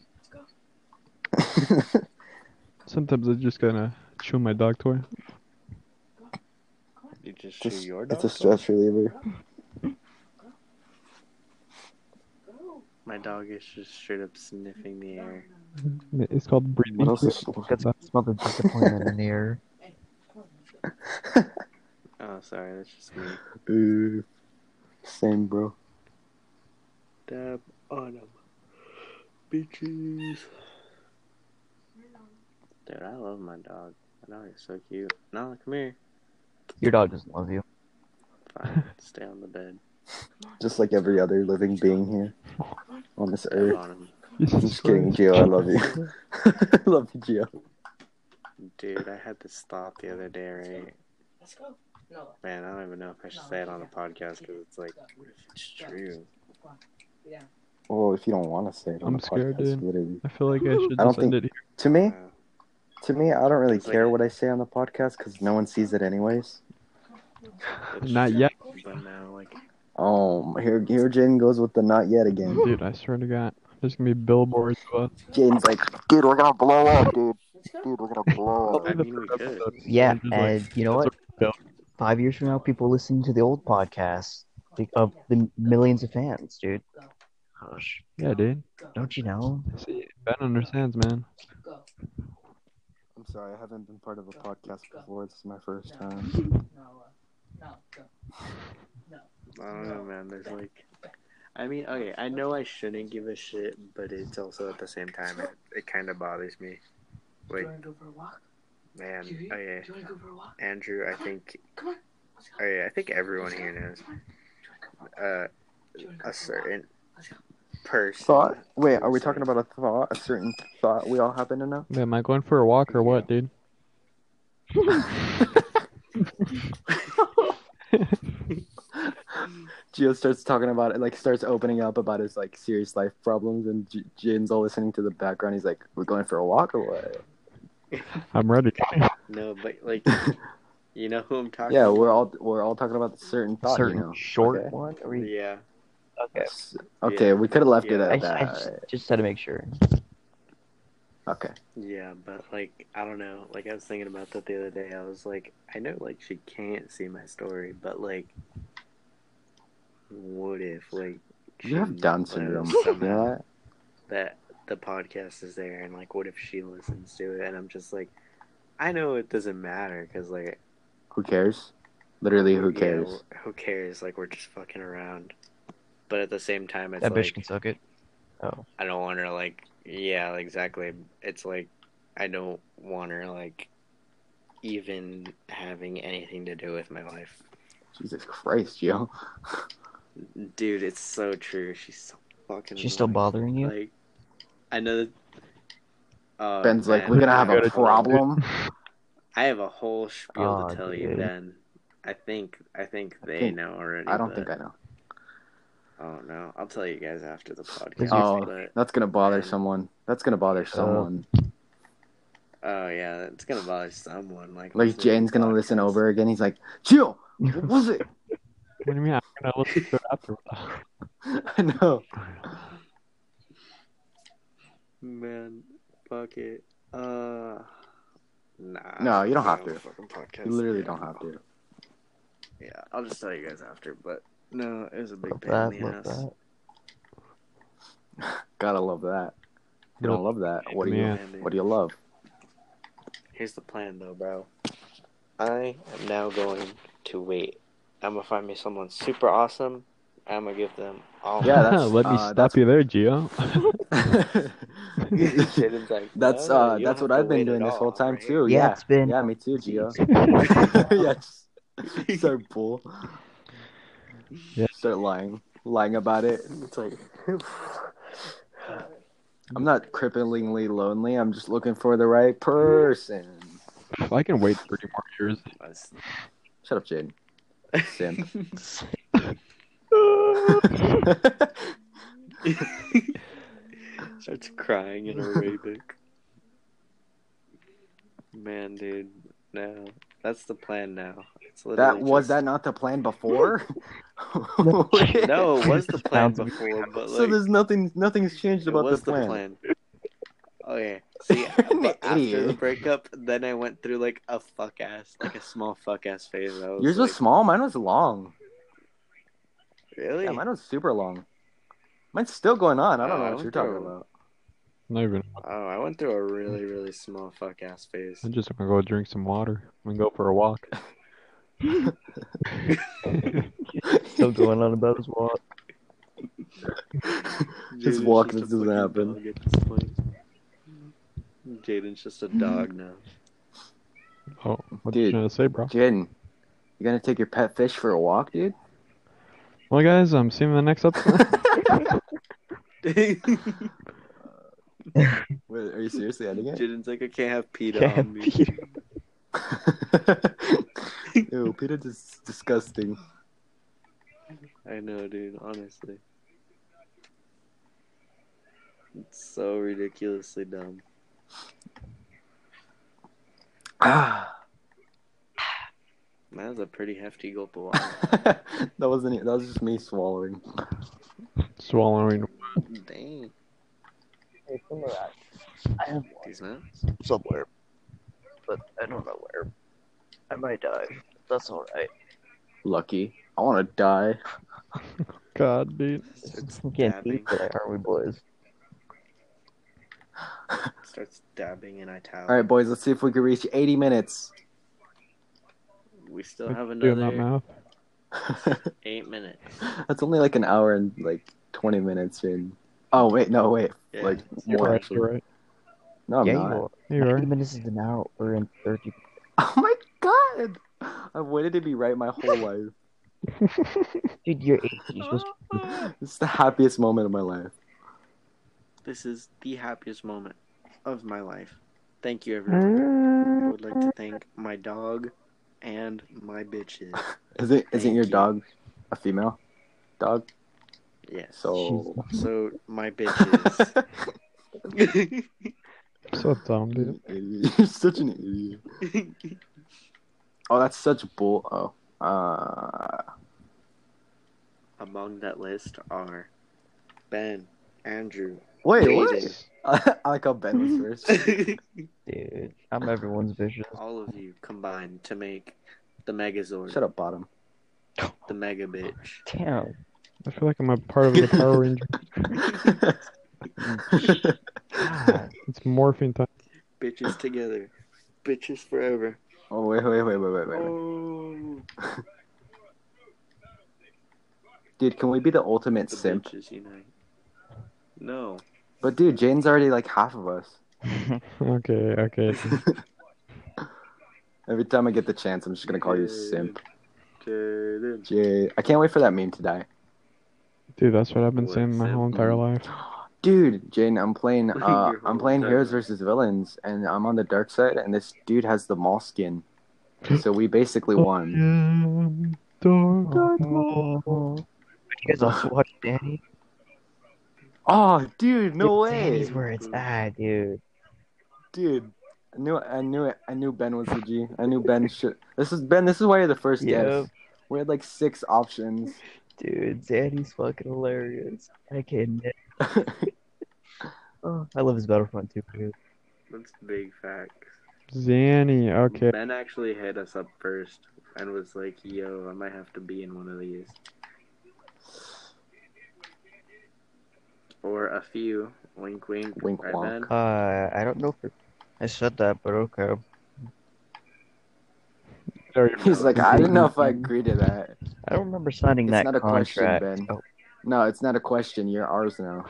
D: Sometimes I'm just gonna chew my dog toy.
C: You just,
A: Just-
C: chew your dog?
A: it's a stress reliever.
C: My dog is just straight up sniffing the air.
D: It's called breathing.
A: What else is
B: That's I smell the disappointment in the air.
C: Oh, sorry, that's just me.
A: Ooh, same, bro.
C: Dab on 'em. Bitches. Dude, I love my dog. My dog is so cute. Nala, come here.
B: Your dog doesn't love you.
C: Fine, stay on the bed.
A: Just like every other living being here on this
C: Dab
A: earth.
C: on him.
A: I'm just kidding, Geo. I love you. I love you, Geo.
C: Dude, I had this thought the other day, right?
H: Let's go. No.
C: Man, I don't even know if I should say it on the podcast because it's like, what if it's true?
H: Yeah.
A: Well, Oh, if you don't want to say it, on
D: I'm
A: the
D: scared,
A: podcast,
D: dude.
A: literally.
D: I feel like I should
A: I don't
D: just end
A: think-
D: it here.
A: To me,
C: Wow.
A: to me, I don't really
C: It's like-
A: care what I say on the podcast because no one sees it anyways.
C: It's
D: Not
C: just-
D: yet,
C: But now, like,
A: Oh, here, here, Jaden goes with the not yet again.
D: dude. I swear to God, there's gonna be billboards of us.
A: Jaden's like, dude, we're gonna blow up, dude. Dude, we're gonna blow
C: I mean, we could.
B: Yeah,
D: Just like-
B: and you know
D: that's
B: what? Five years from now, people listening to the old podcast think of the millions of fans, dude. Gosh,
D: Yeah, dude.
B: don't you know?
D: See, Ben understands, man.
H: Go.
A: I'm sorry, I haven't been part of a podcast before. This is my first
H: No.
A: time.
H: No. Uh, no. Go.
C: I don't know, man. There's like, I mean, okay, I know I shouldn't give a shit, but it's also at the same time, it, it kind of bothers me.
H: Do
C: Wait,
H: you want to go for a walk?
C: man.
H: Huey,
C: Okay,
H: Do you want to go for a walk?
C: Andrew, I think,
H: Come on. Let's go.
C: okay, I think everyone here knows
H: Do you want to go for a walk?
C: uh,
H: Do you wanna go
C: a
H: for a walk?
C: certain
H: Let's go.
C: person.
A: Thought? Wait, are we talking about a thought? A certain thought we all happen to know?
D: Man, am I going for a walk or what, dude?
A: Gio starts talking about it, like starts opening up about his like serious life problems, and J- Jaden's all listening to the background. He's like, "We're going for a walk or what?"
D: I'm ready.
C: No, but like, you know who I'm talking.
A: Yeah,
C: about?
A: we're all we're all talking about a certain thought.
B: Certain
A: you know?
B: short
A: Okay.
B: one? Or you-
C: Yeah.
B: Okay.
A: S- Okay, we could have left it
C: Yeah.
A: at
B: I,
A: that.
B: I just, just had to make sure.
A: Okay.
C: Yeah, but like I don't know. Like I was thinking about that the other day. I was like, I know like she can't see my story, but like, what if like
A: You have
C: she
A: Down
C: learns
A: syndrome. You
C: somehow
A: know that?
C: that the podcast is there, and like, what if she listens to it? And I'm just like, I know it doesn't matter because like,
A: Who cares? Literally, who
C: yeah,
A: cares?
C: who cares? Like we're just fucking around. But at the same time, it's
B: That bitch
C: like
B: can suck it. Oh.
C: I don't want her like yeah, exactly. It's like I don't want her like even having anything to do with my life.
A: Jesus Christ, Gio.
C: Dude, it's so true. She's so fucking
B: She's still
C: annoying.
B: bothering you?
C: Like I know that Oh,
A: Ben's like,
C: man.
A: we're gonna have
D: Go
A: a
D: to-
A: problem.
C: I have a whole spiel
B: Aw,
C: to tell you,
B: dude.
C: Ben. I think I think they
A: think-
C: know already.
A: I don't
C: but-
A: think I know.
C: Oh no. I'll tell you guys after the podcast.
B: Please
A: do.
C: but-
A: That's gonna bother someone. That's gonna bother someone.
C: oh yeah, it's gonna bother someone. Like
A: Like
C: listening to
A: Jaden's gonna
C: podcasts.
A: listen over again. He's like, Gio, what was it?
D: What do you mean? I'm gonna listen to it afterwards.
A: I know.
C: Man, fuck it. Uh, nah.
A: No, you don't have to.
C: Fucking podcast.
A: You literally don't have to.
C: Yeah, I'll just tell you guys after. But no, it was a big
B: Love
C: pain in
B: that,
C: the
B: love
C: ass.
B: that.
A: Gotta love that. You don't love that. What do you?
D: Man.
C: And, uh,
A: What do you love?
C: Here's the plan, though, bro. I am now going to wait. I'm gonna find me someone super awesome. I'm gonna give them all.
A: Yeah, that's-
D: Let me
A: uh,
D: stop
A: that's-
D: you there, Gio.
C: Jaden's like,
A: that's
C: "No, no,
A: uh,
C: you
A: that's
C: don't
A: what
C: have to
A: I've been
C: wait
A: doing
C: at
A: this whole
C: all,
A: time
C: right?"
A: too. Oh,
B: Yeah,
A: Yeah.
B: it's been-
A: Yeah, me too, Gio. yeah, just start bull.
D: Yeah.
A: Start lying, lying about it.
C: It's like,
A: I'm not cripplingly lonely. I'm just looking for the right person.
D: I can wait 30 more years.
C: That's-
A: Shut up, Jaden. Simp.
C: starts crying in Arabic. Man, dude, no, that's the plan now. It's
A: that
C: literally
A: was that
C: just-
A: not the plan before?
C: No, it was the plan
D: Sounds weird.
C: before, but like,
A: so there's nothing. Nothing's changed
C: it
A: about
C: was
A: the plan.
C: Okay, see, but after the
A: Idiot.
C: breakup, then I went through like a fuck ass, like a small fuck ass phase. I was
A: Yours
C: like,
A: was small. Mine was long.
C: really?
A: Yeah, mine was super long. Mine's still going on. I don't
C: Oh, I
A: know what you're
C: went
A: talking
C: through-
A: about.
D: Not even.
C: Oh, I went through a really, really small fuck ass phase.
D: I'm just gonna go drink some water. I'm gonna go for a walk.
B: Still going on about his walk.
A: Just
C: Jaden's
A: walk,
C: a
A: this doesn't
C: fucking
A: happen.
C: dog at this point. Jaden's just a dog now.
D: Oh, what
A: Dude.
D: you trying to say, bro?
A: Jaden, you gonna take your pet fish for a walk, dude?
D: Well, guys, I'm seeing you in the next episode.
C: Jaden's
A: Wait, are you seriously ending it?
C: like, I can't have PETA
B: Can't
C: on me.
A: Ew, Peter is disgusting.
C: I know, dude, honestly. It's so ridiculously dumb.
A: Ah,
C: That was a pretty hefty gulp of water.
A: that wasn't. it. That was just me swallowing.
D: Swallowing.
C: Dang.
B: I have
C: These nuts.
B: somewhere, but I don't know where. I might die. That's all right.
A: Lucky. I want to die.
D: God, dude.
B: We can't
C: Dabbing.
B: beat that, are we, boys?
C: Starts dabbing in italic.
A: All right, boys, let's see if we can reach 80 minutes.
C: We still have
D: Doing that
C: another
D: math.
C: eight minutes.
A: That's only like an hour and like 20 minutes in. Oh, wait, no, wait.
C: Yeah.
A: Like,
D: You're
A: more
D: right.
A: actually.
D: You're right.
A: No, I'm
B: yeah,
A: not.
B: you are.
D: You
B: Ninety
D: are.
B: minutes is an hour. We're in thirty.
A: Oh my god! I've waited to be right my whole life.
B: Dude, you're eighty. You're supposed to
A: This is the happiest moment of my life.
C: This is the happiest moment of my life. Thank you, everyone. I would like to thank my dog and my bitches.
A: Isn't isn't
C: Thank
A: your
C: you.
A: dog a female dog?
C: Yes.
A: So
C: So my bitches.
D: So dumb, dude.
A: you're such an idiot. Oh, that's such bull. Oh, uh,
C: Among that list are Ben, Andrew.
A: wait,
C: JJ.
A: what? I like how Ben was first.
B: dude. I'm everyone's vision.
C: All of you combined to make the Megazord,
A: Shut up, bottom.
C: the Mega Bitch.
B: Damn.
D: I feel like I'm a part of the Power Ranger.
B: God.
D: It's morphing time.
C: Bitches together. Bitches forever.
A: oh wait, wait, wait, wait, wait, wait,
C: Oh,
A: dude. Can we be the ultimate
C: the
A: simp?
C: bitches unite. No.
A: But dude, Jane's already like half of us.
D: Okay, okay.
A: Every time I get the chance, I'm just gonna call you simp.
C: Jaden.
A: Jade, I can't wait for that meme to die.
D: Dude, that's what I've been
C: What
D: saying my
C: simp?
D: whole entire life.
A: Dude, Jane, I'm playing.
C: Your
A: Uh, I'm
C: whole
A: playing
C: entire
A: Heroes
C: life.
A: versus Villains, and I'm on the dark side. And this dude has the mall skin, so we basically won.
D: Oh, Yeah, dark mall.
B: You guys also watch Danny?
A: Oh, dude, no
B: Dude,
A: way,
B: Danny's where it's at, dude.
A: dude. I knew, I knew it. I knew Ben was the G. I knew Ben should. This is Ben. This is why you're the first
B: Yep.
A: guest. We had like six options.
B: Dude, Danny's fucking hilarious. I can't. admit. Oh, I love his Battlefront too. Dude.
C: That's big facts.
D: Zanny, okay.
C: Ben actually hit us up first and was like, yo, I might have to be in one of these. Or a few. Wink, wink.
A: Wink, wonk.
C: Ben?
B: Uh, I don't know if it- I said that, but okay.
A: He's like, I didn't know if I agree to that.
B: I don't remember signing
A: It's
B: that
A: not a question,
B: contract.
A: Ben.
B: Oh,
A: No, it's not a question. You're ours now.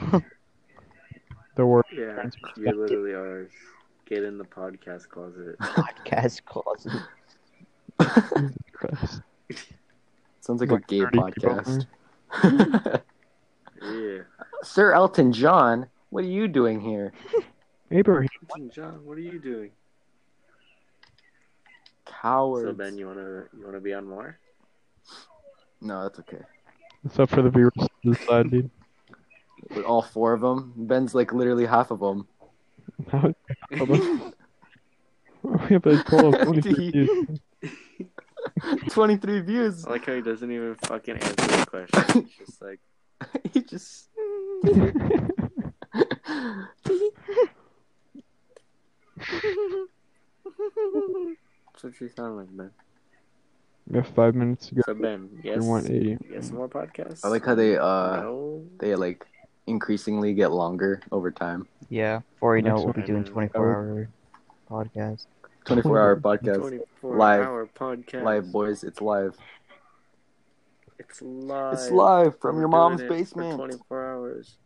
D: The word.
C: Yeah, you literally are. Get in the podcast closet.
B: podcast closet.
D: Christ.
A: Sounds like a
D: Like
A: gay
D: 30 people.
A: podcast.
C: Yeah.
A: Sir Elton John, what are you doing here?
D: Abraham.
C: John, what are you doing?
A: Cowards.
C: So Ben, you wanna you wanna be on more?
A: No, that's okay.
D: It's up for the viewers to decide, dude.
A: With all four of them, Ben's like literally half of them.
D: Now- we have a total of 23 views.
A: 23 views.
C: I like how he doesn't even fucking answer the question. It's just like
A: he just.
C: that's what you sound like, Ben.
D: We have five minutes to go.
C: So Ben, yes,
D: We want 80.
C: yes, more podcasts.
A: I like how they uh
C: no.
A: they like increasingly get longer over time.
B: Yeah, before you know it, we'll be
C: Next
B: doing
C: one.
B: 24 hour podcast.
A: 24 hour podcast,
C: 24
A: Live.
C: hour podcast.
A: live boys, it's live.
C: It's live.
A: It's live from
C: We're
A: your mom's
C: doing it for
A: basement.
C: 24 hours.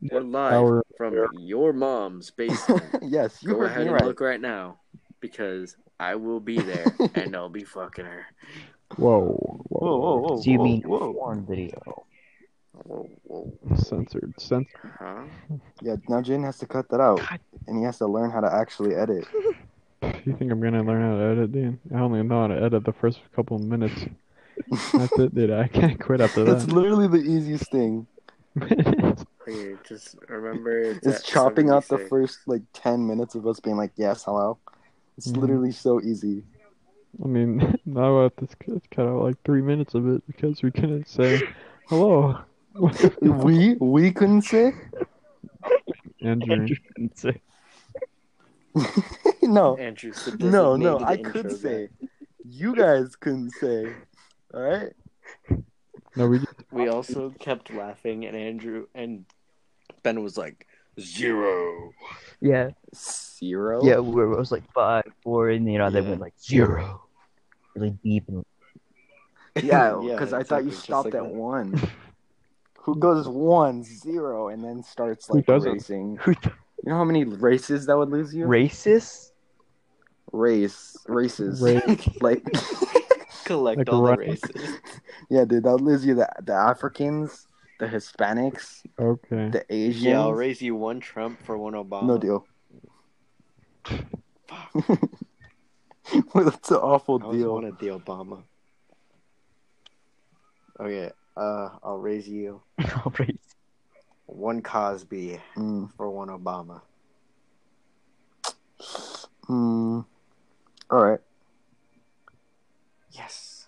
C: We're live
D: Hour.
C: from your mom's basement.
A: yes, you
C: Go
A: heard
C: ahead
A: me
C: and
A: right.
C: look right now because I will be there and I'll be fucking her.
D: Whoa,
A: Whoa,
D: whoa.
A: whoa, whoa!
B: so you
A: whoa,
B: mean
A: whoa.
B: porn video?
C: Whoa, whoa,
D: Censored. Censored.
C: huh?
A: Yeah, now Jane has to cut that out, and he has to learn how to actually edit.
D: You think I'm gonna learn how to edit, dude? I only know how to edit the first couple of minutes. That's it, dude. I can't quit after
A: That's
D: that.
A: literally the easiest thing.
C: Okay, just remember
A: It's
C: that
A: chopping out the
C: 76.
A: first like ten minutes of us being like, "Yes, hello." It's
C: Mm-hmm.
D: Mhm.
A: literally so easy.
D: I mean, now I have to cut cut out like three minutes of it because we couldn't say hello,
A: we we couldn't say
D: Andrew.
A: no,
C: Andrew,
A: Oh. no, no. I could say. You guys couldn't say. All right.
D: No, we
C: We also kept laughing, and Andrew and Ben was like zero.
B: Yeah,
A: Zero.
B: yeah. We were, it was like five, four, and you know they
C: Yeah.
B: went like zero, really deep and
A: Yeah, because
C: Yeah,
A: I thought
C: exactly,
A: you
C: just
A: stopped
C: like
A: at
C: that.
A: one. Who goes one, zero, and then starts
D: Who
A: like
D: doesn't?
A: racing? You know how many races that would lose you?
B: racist.
A: Race, races,
D: Race.
A: like
C: Collect
D: Like
C: all the
D: running.
C: races.
A: yeah, dude, that would lose you the the Africans, the Hispanics,
D: okay.
A: the Asians.
C: Yeah, I'll raise you one Trump for one Obama.
A: no deal. well, that's an awful
C: I always
A: deal.
C: wanted the Obama. Okay, uh, I'll raise you
B: I'll raise
C: one Cosby
A: Mm,
C: for one Obama.
A: mm. All right,
C: Yes,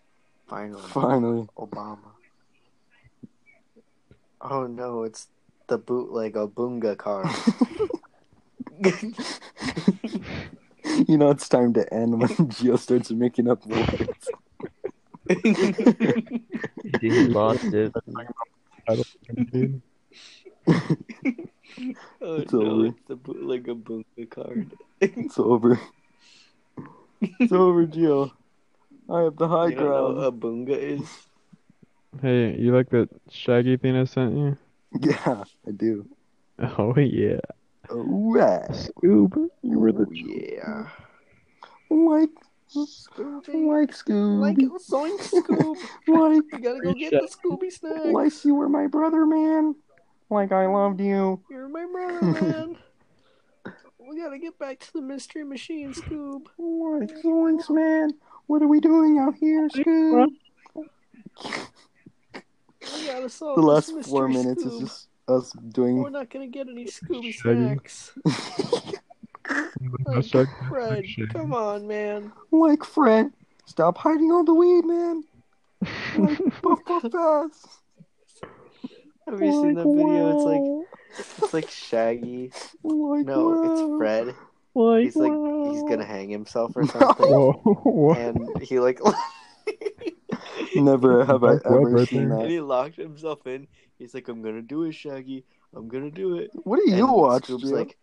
C: finally,
A: finally.
C: Obama. Oh no, it's the bootleg Obunga car.
A: You know it's time to end when Gio starts making up words.
C: Oh,
B: Dude, he lost it.
D: Dude,
C: oh
A: It's
C: no,
A: over.
C: it's the bootleg Obunga card.
A: It's over. It's over, Gio. I have the high
C: you don't
A: ground.
C: know uh, what Obunga is?
D: hey, you like that Shaggy thing I sent you?
A: Yeah, I do.
D: Oh yeah,
A: All right.
D: Scoob, you were
C: Oh,
D: the
C: Yeah.
A: Like,
C: Scooby.
A: like
C: Like
A: Scooby.
C: it was Zoink Scoob.
A: Like,
C: You gotta go get the Scooby snack.
A: like you were my brother, man. Like I loved you.
C: You're my brother, man. we gotta get back to the mystery machine, Scoob.
A: Like Zoinks, man. What are we doing out here, Scoob?
C: We gotta solve
A: The last
C: this mystery,
A: four minutes
C: Scoob.
A: is just us
C: We're
A: doing.
C: not gonna get any Scooby
D: Shaggy.
C: snacks.
D: No
C: Like,
D: Shaggy.
C: Fred, come on, man.
A: Like Fred, stop hiding all the weed, man. Like puff puff pass.
C: Have you seen
A: Like,
C: that video? It's like
A: wow.
C: it's like Shaggy.
A: Like,
C: No,
A: wow.
C: it's Fred.
D: Like,
C: He's like he's gonna hang himself or
A: No.
C: something,
D: Whoa, what?
C: and he like
A: Never have I
D: Dark web
A: ever
D: right
A: seen
D: there.
A: that.
C: and he locked himself in. He's like, I'm gonna do it, Shaggy. I'm gonna do it.
A: What do you
C: and
A: watch?
C: Scoob's
A: Jim?
C: like,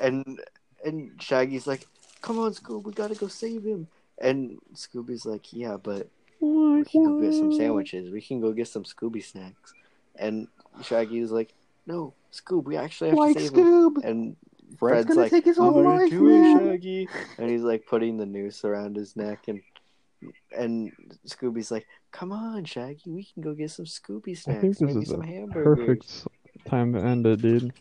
C: and and Shaggy's like, "Come on, Scoob, we gotta go save him." And Scooby's like, "Yeah, but we can go get some sandwiches. We can go get some Scooby snacks." And Shaggy's like, "No, Scoob, we actually have
A: like
C: to save him."
A: Scoob.
C: And
A: Fred's
C: Fred's
A: gonna
C: like,
A: take his
C: "I'm
A: whole
C: gonna
A: life,
C: do it,
A: man.
C: Shaggy," and he's like putting the noose around his neck and. And Scooby's like, "Come on, Shaggy, we can go get some Scooby snacks,
D: this
C: maybe
D: is
C: some
D: a
C: hamburgers."
D: Perfect s- time to end it, dude.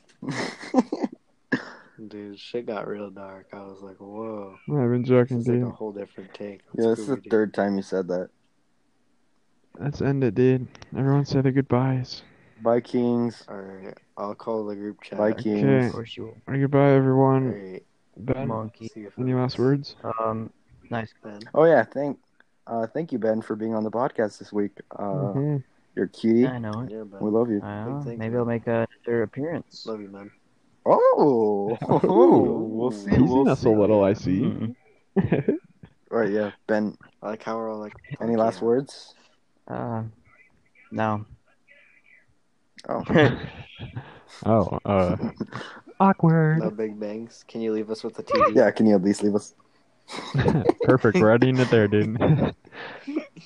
C: Dude, shit got real dark. I was like, "Whoa."
D: I've been joking,
C: This is like a
D: dude.
C: whole different take.
A: yeah, this is the
C: Scooby-Doo.
A: third time you said that.
D: Let's end it, dude. Everyone say their goodbyes.
A: Bye, Kings.
C: All right, I'll call the group chat.
A: Bye,
B: Of
A: Kings.
B: course you will.
D: All right, goodbye,
C: All
D: everyone.
C: right,
D: Ben,
B: Monkey.
C: see you
D: any last
C: folks.
D: words?
B: Um, nice.
C: Ben.
A: Oh yeah, thank, uh, thank you, Ben, for being on the podcast this week. Uh,
D: Mhm.
A: You're a cutie.
B: I know it.
C: Yeah, Ben.
A: We love you.
B: Uh,
C: Thank
B: maybe
C: you.
B: I'll make another appearance.
C: Love you, man.
A: Oh, we'll see.
D: Teasing
A: We'll
D: us
A: see.
D: a little, I see.
B: Mhm.
A: Right, yeah, Ben.
C: I like how we're all like.
A: Any
C: fuck
A: last
C: yeah.
A: words?
B: Uh, no.
A: Oh,
D: oh, uh,
G: Awkward.
C: No big bangs. Can you leave us with the TV?
A: yeah. Can you at least leave us?
D: perfect. We're ending it there, dude.